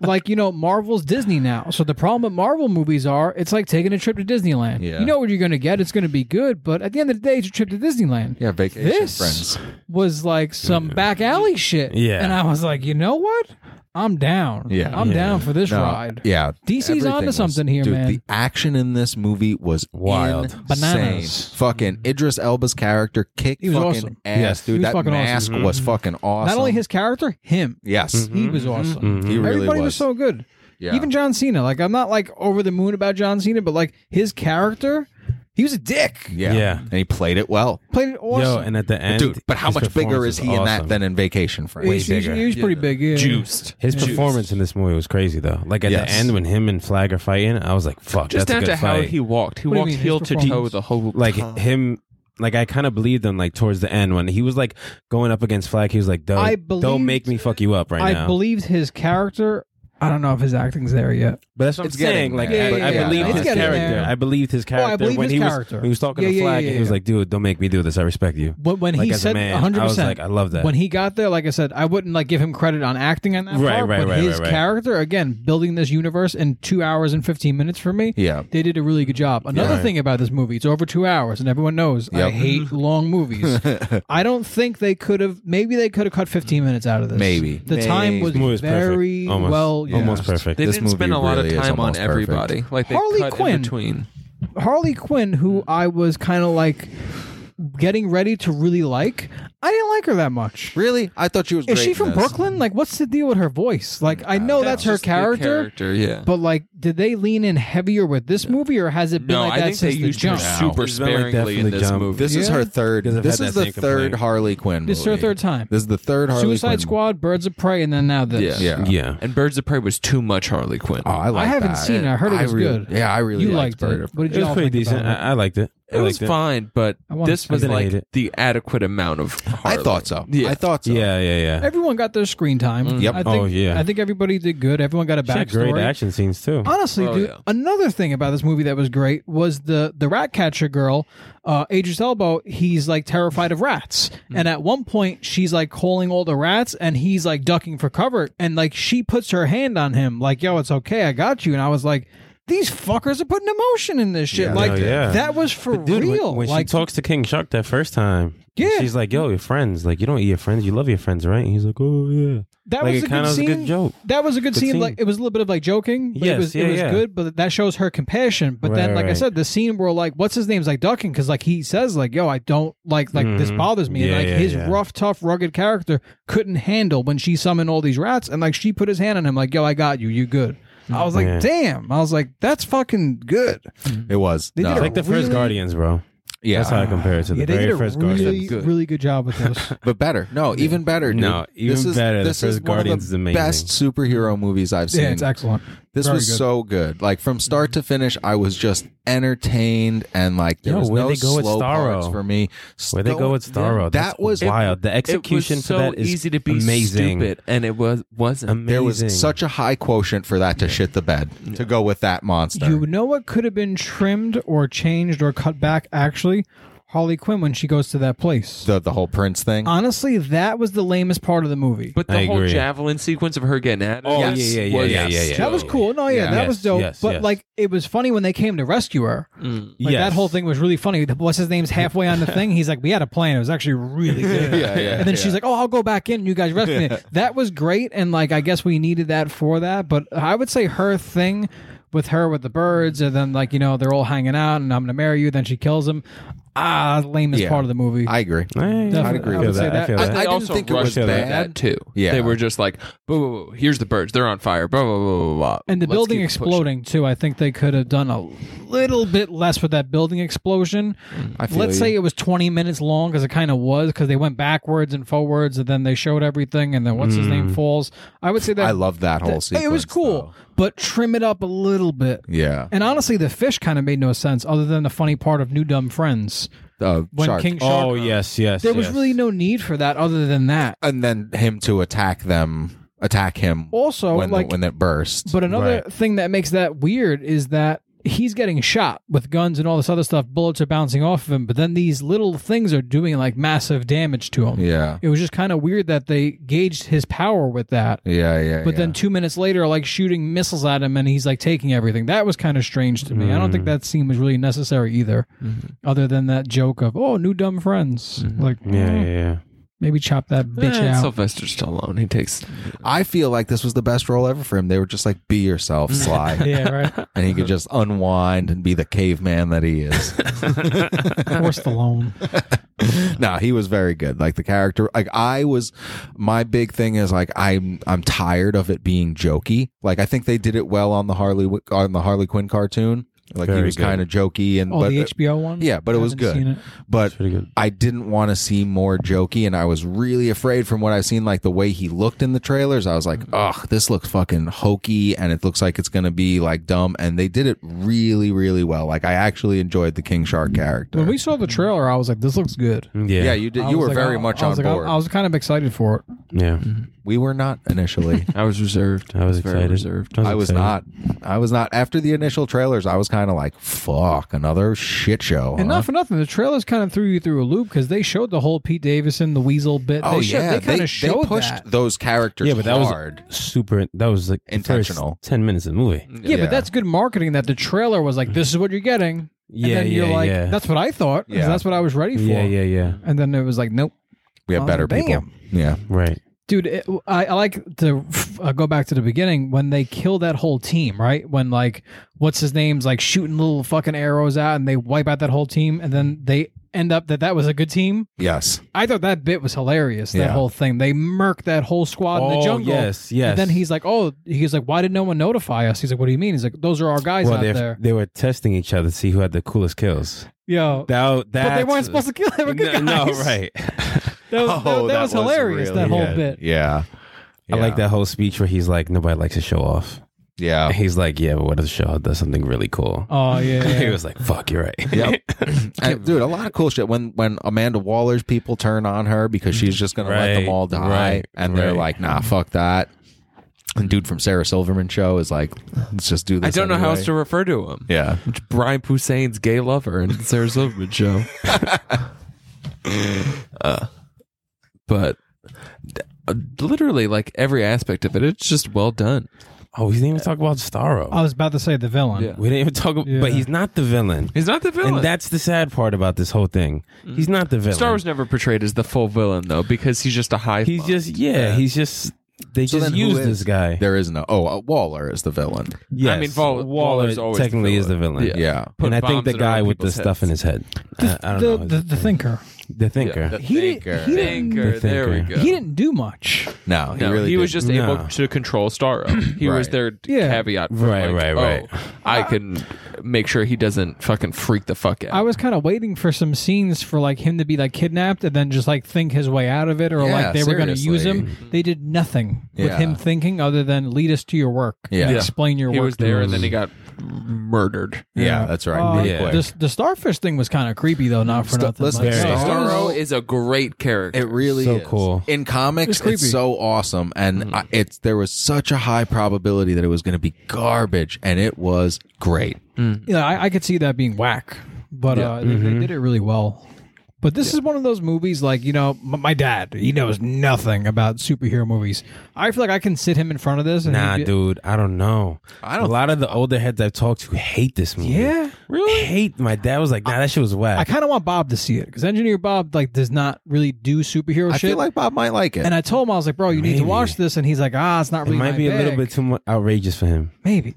C: Like, you know, Marvel's Disney now. So the problem with Marvel movies are it's like taking a trip to Disneyland.
A: Yeah.
C: You know what you're going to get. It's going to be good. But at the end of the day, it's a trip to Disneyland.
A: Yeah, vacation
C: This
A: friends.
C: was like some back alley shit.
D: Yeah.
C: And I was like, you know what? I'm down.
A: Yeah.
C: I'm
D: Yeah.
C: down for this
A: No,
C: ride.
A: Yeah,
C: DC's
A: everything
C: onto something here,
A: dude,
C: man.
A: The action in this movie was
D: Wild.
A: wild,
C: Bananas.
A: insane. Fucking Idris Elba's character kicked
C: He was
A: fucking
C: awesome.
A: ass,
D: Yes.
A: dude.
C: He was
A: that
C: fucking awesome. Mm-hmm.
A: mask was fucking awesome.
C: Not only his Mm-hmm. character, him.
A: yes,
C: He was awesome.
A: he really
C: Everybody was.
A: was
C: so good.
A: Yeah.
C: Even John Cena. Like, I'm not like over the moon about John Cena, but like his character, he was a dick.
A: yeah.
D: Yeah.
A: and he played it well,
C: Played it awesome.
D: Yo, and at the end,
A: dude. But how
D: his
A: much bigger
D: performance
A: is he
D: was
A: in that
D: awesome.
A: than in Vacation Friends?
C: he's, he's-
D: bigger.
C: He was pretty big. Yeah.
B: Juiced.
D: His performance in this movie was crazy though. Like at
A: Yes.
D: the end when him and Flag are fighting, I was like, "Fuck,
B: Just
D: that's
B: down
D: a
B: to
D: good
B: how
D: fight."
B: he walked. He
C: What do you
B: walked
C: mean, his
B: heel to toe
C: performance?
B: the whole
D: like him, like I kind of believed him. Like towards the end when he was like going up against Flag, he was like, "Don't,
C: I
D: don't
C: believed-
D: make me fuck you up right
C: I
D: now."
C: believed his character. I don't know if his acting's there yet.
D: but that's what
A: It's
D: I'm saying.
A: getting
D: Like
A: there.
D: I,
C: Yeah, yeah,
D: I
C: yeah.
D: believed
C: It's
D: his
C: getting
D: character.
C: there. Oh,
D: I believed his character.
C: believe
D: when
C: his
D: he
C: character.
D: was when he was talking
C: Yeah,
D: to
C: yeah,
D: Flag,
C: yeah,
D: and he was
C: yeah.
D: like, "Dude, don't make me do this. I respect you."
C: When, when
D: Like
C: he
D: as a
C: said,
D: man,
C: 100%.
D: I was like, "I love that."
C: when he got there, like I said, I wouldn't like give him credit on acting on that
D: Right,
C: part,
D: right,
C: but
D: right,
C: his
D: right, right.
C: character again building this universe in two hours and fifteen minutes for me.
A: Yeah.
C: they did a really good job. Another thing about this movie, it's over two hours, and everyone knows I
A: Yep.
C: hate long movies. I don't think they could have. Maybe they could have cut fifteen minutes out of this.
A: Maybe.
C: the time was
D: This movie is perfect,
C: very
D: almost.
C: well
A: Yeah.
D: Almost perfect.
B: They
A: This
B: didn't spend a
A: movie
B: lot
A: really is
B: of time on
A: almost perfect.
B: everybody. Like they
C: Harley
B: cut
C: Quinn.
B: in between.
C: Harley Quinn,
D: Mm.
C: who I was kind of like getting ready to really like, I didn't like her that much.
A: Really? I thought she was.
C: Is
A: great
C: she
A: in
C: from
A: this.
C: Brooklyn? Like, what's the deal with her voice? Like, I know that's, her
B: just the
C: character,
B: character, yeah.
C: but like, did they lean in heavier with this movie, or has it been
B: no,
C: like that
B: I think they
C: since the
B: used her
C: jump?
B: super
D: It's been,
B: sparingly
D: like,
B: in
D: definitely
B: this
D: jump.
B: movie.
A: This is
C: Yeah.
A: her third.
D: Because I've
A: This
D: had
A: is
D: that
A: the
D: same
A: third
D: complaint.
A: Harley Quinn.
C: This is her
A: movie.
C: third time.
A: This is the third Harley
C: Suicide
A: Quinn.
C: Squad, Birds of Prey, and then now this.
B: Yeah.
A: Yeah.
D: Yeah.
B: and Birds of Prey was too much Harley Quinn.
A: Oh,
D: Ah,
A: I like.
C: haven't
A: that.
C: seen it. I heard it was
A: really-
C: good.
A: Yeah, I really
C: you
A: liked,
C: liked,
A: Bird
C: it.
A: of
C: What did
D: It
C: you
D: was
C: all
D: pretty
C: think
D: decent.
C: about it?
D: I, I liked it. I
B: it was
D: liked
B: fine, but
C: I wanna
B: this was
D: I didn't
B: like
D: hate it.
B: the adequate amount of. Harley.
A: I thought so.
B: Yeah.
A: I thought so.
D: Yeah, yeah, yeah.
C: Everyone got their screen time.
A: Yep.
C: I think,
D: Oh, yeah.
C: I think everybody did good. Everyone got a
D: She had
C: backstory.
D: great action scenes too.
C: Honestly,
B: Oh,
C: dude,
B: yeah.
C: another thing about this movie that was great was the the rat catcher girl, uh, Idris Elba. He's like terrified of rats, and at one point she's like calling all the rats, and he's like ducking for cover, and like she puts her hand on him, like "Yo, it's okay, I got you." And I was like, "These fuckers are putting emotion in this shit."
A: Yeah.
C: like
D: Oh, yeah.
C: that was for
D: Dude, when-
C: real.
D: when,
C: like,
D: she talks to King Shark that first time,
C: Yeah.
D: she's like, "Yo, your friends, like you don't eat your friends, you love your friends, right?" And he's like, "Oh yeah."
C: that
D: like
C: was
D: it
C: a
D: kind
C: good
D: of was a
C: scene.
D: good joke.
C: That was a good,
D: Good
C: scene.
D: scene.
C: Like it was a little bit of like joking, but it
D: Yes,
C: was
D: yeah,
C: it was
D: yeah.
C: good. But that shows her compassion. But then,
D: Right,
C: like I
D: right.
C: said, the scene where like what's his name's like ducking because like he says like yo I don't like like this
D: Mhm.
C: bothers me. and,
D: Yeah,
C: like
D: yeah,
C: his
D: yeah.
C: rough, tough, rugged character couldn't handle when she summoned all these rats and like she put his hand on him like yo I got you you good. I was like
D: Yeah.
C: damn. I was like that's fucking good.
A: It was.
C: They did
A: No.
C: a
D: Like the
C: Really?
D: first Guardians, bro.
A: yeah.
D: That's how I compare it to the
C: yeah, they
D: very
C: did a
D: first
C: really
D: Guardians.
B: Good.
C: really good job with this.
A: but better. No, even better. Dude.
D: No, even
A: this is,
D: better. The
A: This is
D: first Guardians is
A: one of the
D: amazing.
A: best superhero movies I've seen.
C: yeah, it's excellent.
A: This
C: Very
A: was
C: good.
A: so good. Like from start to finish, I was just entertained and like there
D: Yo,
A: was
D: where'd
A: no
D: they go with
A: slow
D: Starro?
A: parts for me.
D: Where they
A: Sto-
D: go with Starro.
A: That
D: That's
A: was-
D: wild. the
B: It was
D: execution
B: so
D: for that is
B: easy to be
D: amazing.
B: stupid, and it was wasn't.
D: Amazing.
A: There was such a high quotient for that to shit the bed to go with that monster.
C: You know what could have been trimmed or changed or cut back actually? Harley Quinn when she goes to that place.
A: the the whole Prince thing.
C: Honestly, that was the lamest part of the movie.
B: But the
D: I
B: whole
D: agree.
B: javelin sequence of her getting at it.
D: Oh,
A: Yes.
D: yeah, yeah, yeah,
B: was
D: yeah, yeah, yeah.
C: that was cool. No, yeah,
A: Yeah.
C: that
D: Yes,
C: was dope.
D: yes,
C: but
D: yes.
C: like, it was funny when they came to rescue her.
B: Mm.
C: Like
D: Yes.
C: that whole thing was really funny. The- What's his name's halfway on the thing? He's like, "We had a plan. It was actually really good."
A: Yeah, yeah,
C: and
A: yeah.
C: then she's like, "Oh, I'll go back in. and You guys rescue me." That was great, and like, I guess we needed that for that. But I would say her thing with her with the birds, and then like you know they're all hanging out, and I'm gonna marry you. Then she kills him. Ah, lamest
A: Yeah.
C: part of the movie.
A: I agree.
D: I'd
C: Definitely.
A: agree
D: I
A: with
D: feel
C: that.
D: that. I feel
A: I-
D: that.
B: They
A: didn't
B: also
A: think it
B: rushed
A: was
B: through
A: bad.
B: that too.
A: Yeah.
B: they were just like, "Boo, boo, boo, here's the birds. They're on fire." Blah blah blah blah blah.
C: And the
B: Let's
C: building
B: keep
C: exploding too. I think they could have done a little bit less with that building explosion.
A: I feel
C: Let's
A: you.
C: say it was 20 minutes long because it kind of was because they went backwards and forwards and then they showed everything and then what's his name falls. I would say that
A: Mm. I love that whole
C: that-
A: sequence.
C: it was cool,
A: though.
C: but trim it up a little bit.
A: Yeah.
C: And honestly, the fish kind of made no sense other than the funny part of New Dumb Friends.
A: Uh,
C: When
A: shark.
C: King Shark,
D: Oh yes, yes.
C: there was
D: yes.
C: really no need for that other than that.
A: and then him to attack them, attack him
C: Also,
A: when
C: like
A: the, when it burst.
C: But another
D: Right.
C: thing that makes that weird is that he's getting shot with guns and all this other stuff. Bullets are bouncing off of him, but then these little things are doing like massive damage to him.
A: yeah,
C: It was just kind of weird that they gauged his power with that.
A: yeah, yeah.
C: But
A: yeah.
C: then two minutes later, like shooting missiles at him, and he's like taking everything. That was kind of strange to me. I don't think
A: Mm-hmm.
C: that scene was really necessary either, other than that joke of "oh, new dumb friends."
A: Mm-hmm.
C: Like,
D: Yeah, yeah, yeah.
C: maybe chop that
B: pushing.
C: bitch
B: Eh, it's
C: out.
B: Sylvester Stallone. He takes.
A: I feel like this was the best role ever for him. They were just like, "Be yourself, Sly,"
C: yeah, right.
A: and
D: Uh-huh.
A: he could just unwind and be the caveman that he is.
C: Or Stallone.
A: no, he was very good. Like the character, like I was. My big thing is like I'm I'm tired of it being jokey. Like I think they did it well on the Harley on the Harley Quinn cartoon. Like he
D: Very
A: was
D: good.
A: kind of jokey and
C: Oh,
A: but uh,
C: the HBO one.
A: yeah, but it was
C: Haven't
A: good.
C: seen it.
A: but
D: pretty good.
A: I didn't want to see more jokey, and I was really afraid from what I've seen, like the way he looked in the trailers. I was like, ugh, this looks fucking hokey, and it looks like it's gonna be like dumb. And they did it really, really well. Like I actually enjoyed the King Shark character.
C: When we saw the trailer, I was like, "This looks good."
A: yeah.
D: Yeah,
A: you did.
C: Mm-hmm. I
A: You
C: was
A: were
C: like,
A: very
C: I-
A: much
C: I
A: on
C: was like, I-
A: board. Uh-huh.
C: I was kind of excited for it.
D: yeah.
A: we were not initially.
B: I was reserved.
D: I was
B: Very
D: excited.
B: reserved.
A: I was
D: excited.
A: not. I was not. After the initial trailers, I was kind of like, fuck, another shit show.
C: And
A: huh?
C: not for nothing, the trailers kind of threw you through a loop because they showed the whole Pete Davidson, the Weasel bit.
A: Oh
C: they showed-
A: yeah,
C: they kind of showed
A: pushed
C: that.
A: those characters.
D: Yeah, but that was-
A: hard.
D: super. That was like the first
A: Intentional.
D: Ten minutes of the movie.
C: Yeah,
A: yeah.
C: but that's good marketing that the trailer was like, "This is what you're getting." And
D: Yeah,
C: then you're
D: yeah,
C: like,
D: yeah.
C: "That's what I thought. 'cause
A: Yeah.
C: That's what I was ready for."
D: Yeah, yeah, yeah.
C: And then it was like, "Nope."
A: we
C: I
A: have
C: was
A: better
C: like,
A: people.
C: Oh, damn.
A: Yeah,
D: Right.
C: dude it, I, I like to uh, go back to the beginning when they kill that whole team right when like what's his name's like shooting little fucking arrows out and they wipe out that whole team and then they end up that that was a good team
A: Yes.
C: i thought that bit was hilarious that
A: Yeah.
C: whole thing they murk that whole squad in the
D: Oh,
C: jungle
D: yes, yes.
C: and then he's like oh he's like why did no one notify us he's like what do you mean he's like those are our guys
D: well,
C: out
D: they
C: there
D: they were testing each other to see who had the coolest kills.
C: yo
D: That, that
C: but they weren't supposed to kill they were good
D: No,
C: guys.
D: right.
C: that was, that,
A: Oh,
C: that
A: that
C: was
A: was
C: hilarious
A: really
C: that whole
D: good.
C: bit
A: Yeah.
D: I like
A: Yeah. Oh.
D: that whole speech where he's like, nobody likes to show off.
A: Yeah.
D: He's like, yeah, but what if Shaw does something really cool?
C: oh yeah, yeah.
D: he was like, fuck, you're right.
A: Yep. And, dude, a lot of cool shit. When when Amanda Waller's people turn on her because she's just gonna let them
D: Right,
A: all die.
D: right,
A: and they're
D: right.
A: like, nah, fuck that. And dude from Sarah Silverman show is like, let's just do this.
B: I don't know how
A: anyway.
B: else to refer to him.
A: Yeah.
B: Brian Poussin's gay lover in Sarah Silverman show. uh, but th- uh, literally, like every aspect of it, it's just well done.
D: Oh, we didn't even talk about Starro.
C: i was about to say the villain
B: Yeah.
D: we didn't even talk about,
C: Oh. Yeah.
D: but he's not the villain.
B: He's not the villain.
D: And that's the sad part about this whole thing. He's not the villain.
B: Star Wars never portrayed as the full villain though, because he's just a high.
D: He's just, yeah, he's just, they
A: So
D: just
A: then who
D: used
A: is-
D: this guy.
A: There is no oh uh, Waller is the villain.
D: Yes.
B: I mean, Wall- Waller's always the
D: technically is the
B: villain.
D: villain.
B: Yeah.
A: Yeah.
B: Put
D: and I
B: bombs
D: think the
B: in other
D: guy with the
B: people's
D: stuff in his head. I, I don't
C: the,
D: know.
C: the, the thinker
D: the thinker.
C: he didn't-
A: thinker.
C: he didn't-
B: Thinker,
D: The
B: there we
D: thinker.
B: go.
C: he didn't do much
A: no, he
B: No, he,
A: really
B: was
A: didn't.
B: just
D: No.
B: able to control Starro. He was
A: Right.
B: their
C: Yeah.
B: caveat. For
D: Right,
B: like,
D: right, right.
B: "Oh, I can make sure he doesn't fucking freak the fuck out.
C: I was kind of waiting for some scenes for like him to be like kidnapped and then just like think his way out of it, or
A: Yeah,
C: like they were going to use
A: seriously. Mm-hmm.
C: him. They did nothing with
A: Yeah.
C: him thinking other than lead us to your work,
A: Yeah. Yeah.
C: explain your
B: he
C: work.
B: was
C: to
B: there,
C: us."
B: and then he got murdered.
A: Yeah, that's right.
C: Uh,
A: Real quick.
C: The, the starfish thing was kind of creepy though, not for
A: Sta-
C: nothing.
A: listen,
C: Like,
D: Very.
C: oh,
D: Star-
B: Starro is a great character.
A: It really
D: So
A: is.
D: cool.
A: in comics.
C: It's
A: It's,
C: creepy.
A: so awesome, and I, it's there was such a high probability that it was going to be garbage, and it was great.
C: yeah, I, I could see that being whack, but uh, they-
B: Mm-hmm.
C: they, did it really well. But this is one of those movies, like you know, m- my dad, he knows nothing about superhero movies. I feel like I can sit him in front of this, and
D: Nah,
C: he'd be-
D: dude, I don't know.
A: I don't-
D: A lot of the older heads I've talked to hate this movie.
C: Yeah,
D: really. Hate. My dad was like, "Nah, that shit was
C: I
D: whack."
C: kind of want Bob to see it because Engineer Bob like does not really do superhero
A: I
C: shit.
A: feel like Bob might like it.
C: and I told him I was like, bro, you need to
D: Maybe.
C: watch this, and he's like, ah, it's not
D: It
C: really.
D: might
C: my
D: be a little
C: bag."
D: bit too mu- outrageous for him.
C: Maybe.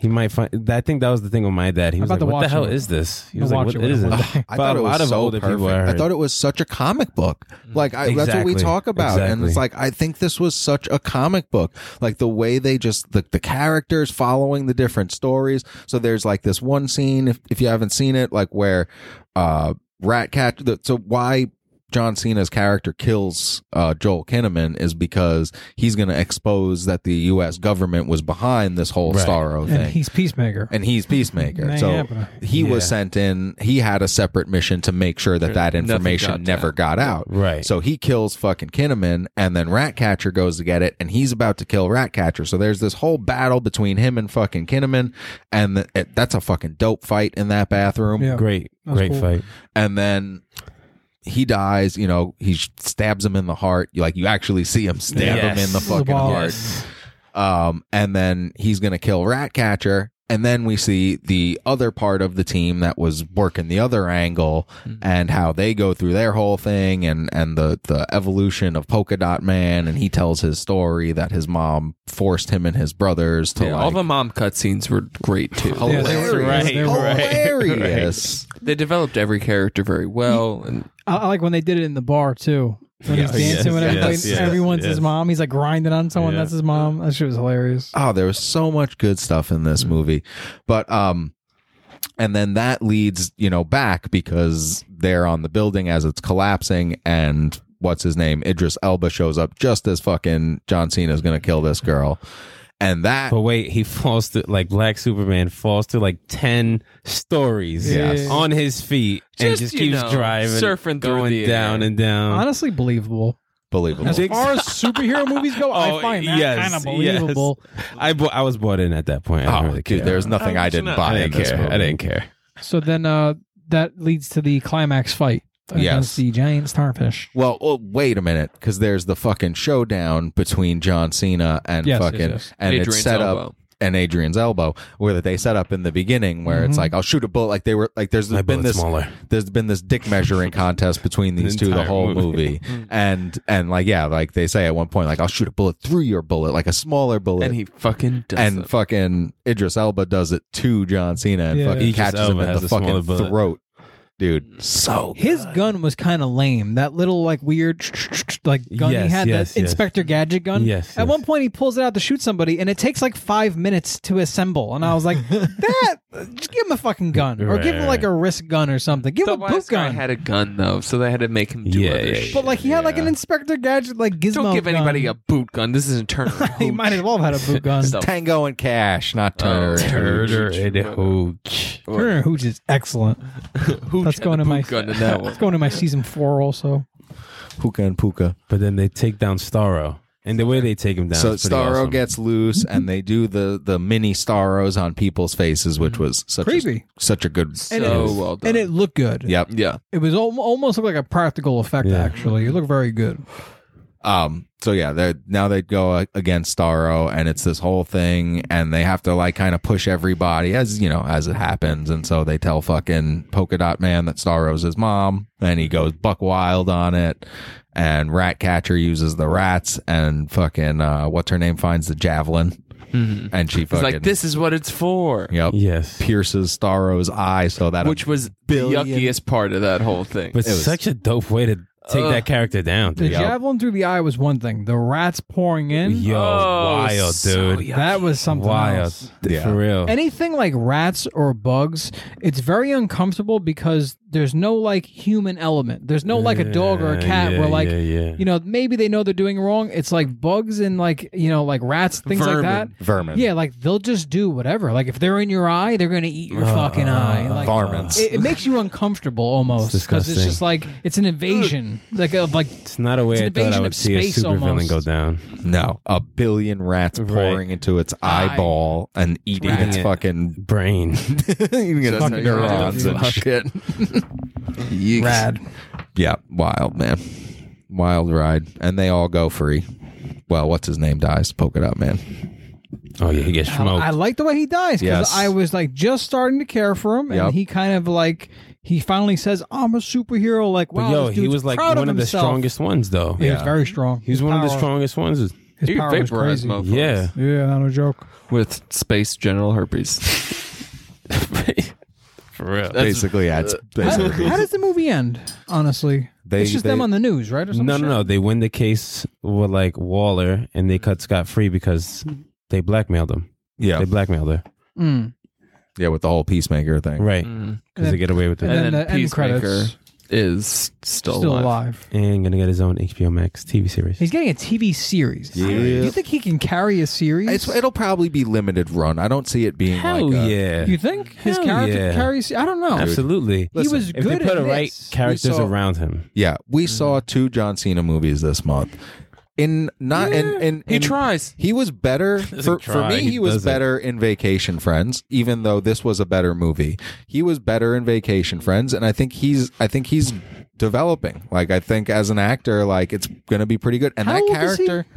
D: He might find. I think that was the thing with my dad. He was
C: about
D: like,
C: to
D: "What the
C: watch
D: hell
C: it.
D: is this?" He
C: I'll
D: was like,
C: watch
D: "What
C: it
D: is
C: when I
D: it?"
C: watch it.
A: I
D: But
A: thought
D: a
A: it was
D: lot of
A: so
D: older
A: perfect.
D: people. I,
A: I
D: heard-
A: thought it was such a comic book. Like I, that's what we
D: Exactly.
A: talk about, and
D: Exactly.
A: it's like I think this was such a comic book. Like the way they just the, the characters following the different stories. So there's like this one scene if if you haven't seen it, like where uh Ratcatcher. The, so why? John Cena's character kills uh, Joel Kinnaman is because he's going to expose that the U.S. government was behind this whole
D: Right.
A: Starro thing
C: And he's Peacemaker.
A: and he's peacemaker.
C: Ain't
A: so
C: happening.
A: he was
D: Yeah. uh,
A: sent in. He had a separate mission to make sure that that
B: Nothing
A: information
B: got
A: never got out.
D: Right.
A: So he kills fucking Kinnaman, and then Ratcatcher goes to get it, and he's about to kill Ratcatcher. So there's this whole battle between him and fucking Kinnaman, and th- it, that's a fucking dope fight in that bathroom.
C: Yeah.
D: great,
C: That's
D: great
C: cool.
D: fight.
A: And then. He dies, you know. He sh- stabs him in the heart. You like, you actually see him stab him
D: Yes.
A: in the fucking
C: Wow.
A: heart um, and then he's going to kill Ratcatcher. And then we see the other part of the team that was working the other angle and how they go through their whole thing and, and the, the evolution of Polka Dot Man. And he tells his story that his mom forced him and his brothers to
B: Yeah,
A: like.
B: all the mom cutscenes were great too.
A: Oh,
C: Yeah, they were-
A: hilarious.
C: they were-
A: hilarious.
B: They developed every character very well, and
C: I, I like when they did it in the bar too. When he's
D: Yes,
C: dancing with
D: yes,
C: everybody,
D: yes, yes,
C: everyone's
D: yes.
C: his mom. He's like grinding on someone
D: Yeah.
C: that's his mom. That shit was hilarious.
A: Oh, there was so much good stuff in
D: Mm-hmm.
A: this movie. But um and then that leads, you know, back because they're on the building as it's collapsing and what's his name? Idris Elba shows up just as fucking John Cena's going to kill this girl. And that
D: But wait, he falls to like Black Superman falls to like ten stories
C: Yes.
D: on his feet and
B: Just,
D: just
B: you
D: keeps
B: know,
D: driving,
B: surfing through
D: going
B: the
D: down
B: air.
D: and down.
C: Honestly, believable.
A: believable.
C: As far as superhero movies go, I
D: Oh,
C: find that
D: yes,
C: kind of
D: yes.
C: believable.
D: I bo- I was bought in at that point. I
A: Oh,
D: didn't really
A: dude,
D: care.
A: there's nothing I,
B: I
A: didn't
B: was
A: buy
B: not-
D: I
A: in
D: didn't
A: this
D: care.
A: movie.
D: I didn't care.
C: So then uh, that leads to the climax fight
A: Yes.
C: against the giant starfish.
A: Well, well, wait a minute, because there's the fucking showdown between John Cena and
C: Yes, yes,
A: fucking
C: yes.
A: and
B: Adrian's
A: it's set
B: elbow.
A: up and Adrian's elbow, where that they set up in the beginning, where it's
B: Mm-hmm.
C: Mhm.
A: like I'll shoot a bullet. Like they were like there's
D: My
A: been
D: bullet's
A: this
D: smaller.
A: there's been this dick measuring contest between these two the
D: entire
A: whole movie,
D: movie.
B: Mm.
A: and and like yeah, like they say at one point, like I'll shoot a bullet through your bullet, like a smaller bullet,
B: and he fucking does
A: and
B: it.
A: fucking Idris Elba does it to John Cena and
C: Yeah.
A: fucking
D: Idris
A: catches
D: Elba
A: him in
D: has
A: the
D: a smaller
A: fucking
D: bullet.
A: throat, dude. So
C: His gun was kind of lame. That little like weird like gun he
D: Yes,
C: had,
D: yes,
C: that
D: yes.
C: Inspector Gadget gun.
D: Yes,
C: At
D: yes.
C: one point, he pulls it out to shoot somebody, and it takes like five minutes to assemble. And I was like, that just give him a fucking gun, or give him
D: Right.
C: like a wrist gun or something. Give
B: the
C: him a boot
B: last guy
C: gun.
B: had a gun though, so they had to make him do
D: Yeah,
B: other
D: yeah,
B: shit.
C: but like he had like an
D: Yeah.
C: Inspector Gadget like gizmo.
B: Don't give
C: gun.
B: anybody a boot gun. This isn't Turner.
C: he
B: Hooch.
C: might as well have had a boot gun.
B: Stuff.
A: Tango and Cash, not Turner.
B: Oh, Turner.
D: Murder in a hooch.
C: Turner Hooch is excellent.
B: Hooch
C: That's
B: had
C: going
B: a
C: in my
B: boot gun in that one.
C: It's going to my season four also.
A: Puka and Puka.
D: But then they take down Starro. And the way they take him down
A: so
D: is pretty
A: Starro
D: awesome.
A: gets loose, and they do the the mini Starros on people's faces, which was
B: Mm.
A: such
C: Creepy.
A: A, such a good.
B: So
C: And it is-
B: well done.
C: And it looked good.
A: Yep.
B: yeah.
C: It was al- almost looked like a practical effect,
D: Yeah.
C: actually. It looked very good.
A: Um. So yeah, they now they go uh, against Starro, and it's this whole thing, and they have to like kind of push everybody as you know as it happens, and so they tell fucking Polka Dot Man that Starro's his mom, and he goes buck wild on it, and Ratcatcher uses the rats, and fucking uh, what's her name finds the javelin, and she
B: It's
A: fucking
B: Mm-hmm. like this is what it's for,
A: Yep.
D: Yes.
A: Pierces Starro's eye, so that
B: which was
A: Billion-
B: the yuckiest part of that whole thing.
D: But
A: It was-
D: such a dope way to take
B: Ugh.
D: that character down,
C: The
D: dude.
C: javelin through the eye was one thing. The rats pouring in,
D: Yo,
B: Oh,
D: wild,
B: so
D: dude.
B: yucky.
C: that was something
D: wild.
C: else.
D: D-
A: Yeah.
D: For real.
C: Anything like rats or bugs, it's very uncomfortable because there's no like human element. There's no like a dog or a
D: Yeah,
C: cat
D: yeah,
C: where like
D: yeah, yeah.
C: you know maybe they know they're doing wrong. It's like bugs and like you know like rats things
B: Vermin.
C: like
A: vermin.
C: that. Yeah, like they'll just do whatever. Like if they're in your eye, they're gonna eat
D: Uh,
C: your fucking eye. Like
A: Varmints.
C: it, it makes you uncomfortable almost because it's
D: disgusting.
C: just like it's an invasion like of like
D: It's not a way
C: It's an
D: I thought I
C: invasion
D: would
C: of
D: see a
C: space
D: supervillain
C: almost.
D: go down.
A: No, a billion rats
D: Right.
A: pouring into its eyeball and eating
D: Eating
A: its
D: it.
A: fucking
D: Brain.
A: eating its
B: Fucking
A: neurons and
D: fuck.
A: shit.
C: rad.
A: Yeah, wild man, wild ride, and they all go free. Well, what's his name dies? Poke it up, man.
D: oh, yeah, he gets smoked.
C: I like the way he dies because
A: Yes.
C: I was like just starting to care for him,
A: Yep.
C: and he kind of like he finally says, "I'm a superhero." Like, wow,
D: but yo,
C: this
D: he
C: dude's
D: was like
C: proud
D: one of the
C: himself.
D: strongest ones, though.
C: Yeah, he was
A: Yeah.
C: very strong.
D: He was
C: His
D: one of the
C: power-
D: strongest ones.
C: His
B: You
C: power was
B: vaporize
C: crazy.
B: motherfuckers
D: Yeah.
C: Yeah, not a joke.
B: with space general herpes.
D: For real.
B: That's-
A: basically, yeah, it's
C: How,
A: basically
C: how does the movie end? Honestly,
A: They-
C: it's just
A: they-
C: them on the news, right? Or some
D: No,
C: shit?
D: no, no. They win the case with like Waller and they cut Scott free because they blackmailed him.
A: yeah,
D: They blackmailed her.
C: Mm.
A: yeah, with the whole peacemaker thing.
D: Right.
B: Mm.
D: Because they get away with
C: And
D: it.
C: then
B: And then
C: the end credits
B: Peacemaker Is still,
C: still alive.
B: alive.
D: And gonna get his own HBO Max TV series.
C: He's getting a TV series.
A: Yeah.
C: Do you think he can carry a series?
A: It's it'll probably be limited run. I don't see it being
C: Oh uh,
D: Hell
A: like a-
D: yeah.
C: you think his
D: Hell
C: character
D: yeah.
C: carries? I don't know.
D: Absolutely.
C: He was
D: if
C: good
D: they put
C: at
D: the right
C: this.
D: characters
A: We saw-
D: around him.
A: Yeah, we saw two John Cena movies this month. In not in, in
B: He
A: in-
B: tries.
A: He was better for, for
D: try,
A: me. He,
D: he
A: was
D: doesn't.
A: better in Vacation Friends, even though this was a better movie. He was better in Vacation Friends, and I think he's I think he's developing. Like I think as an actor, like it's going to be pretty good. And
C: How
A: that
C: old is he?
A: character,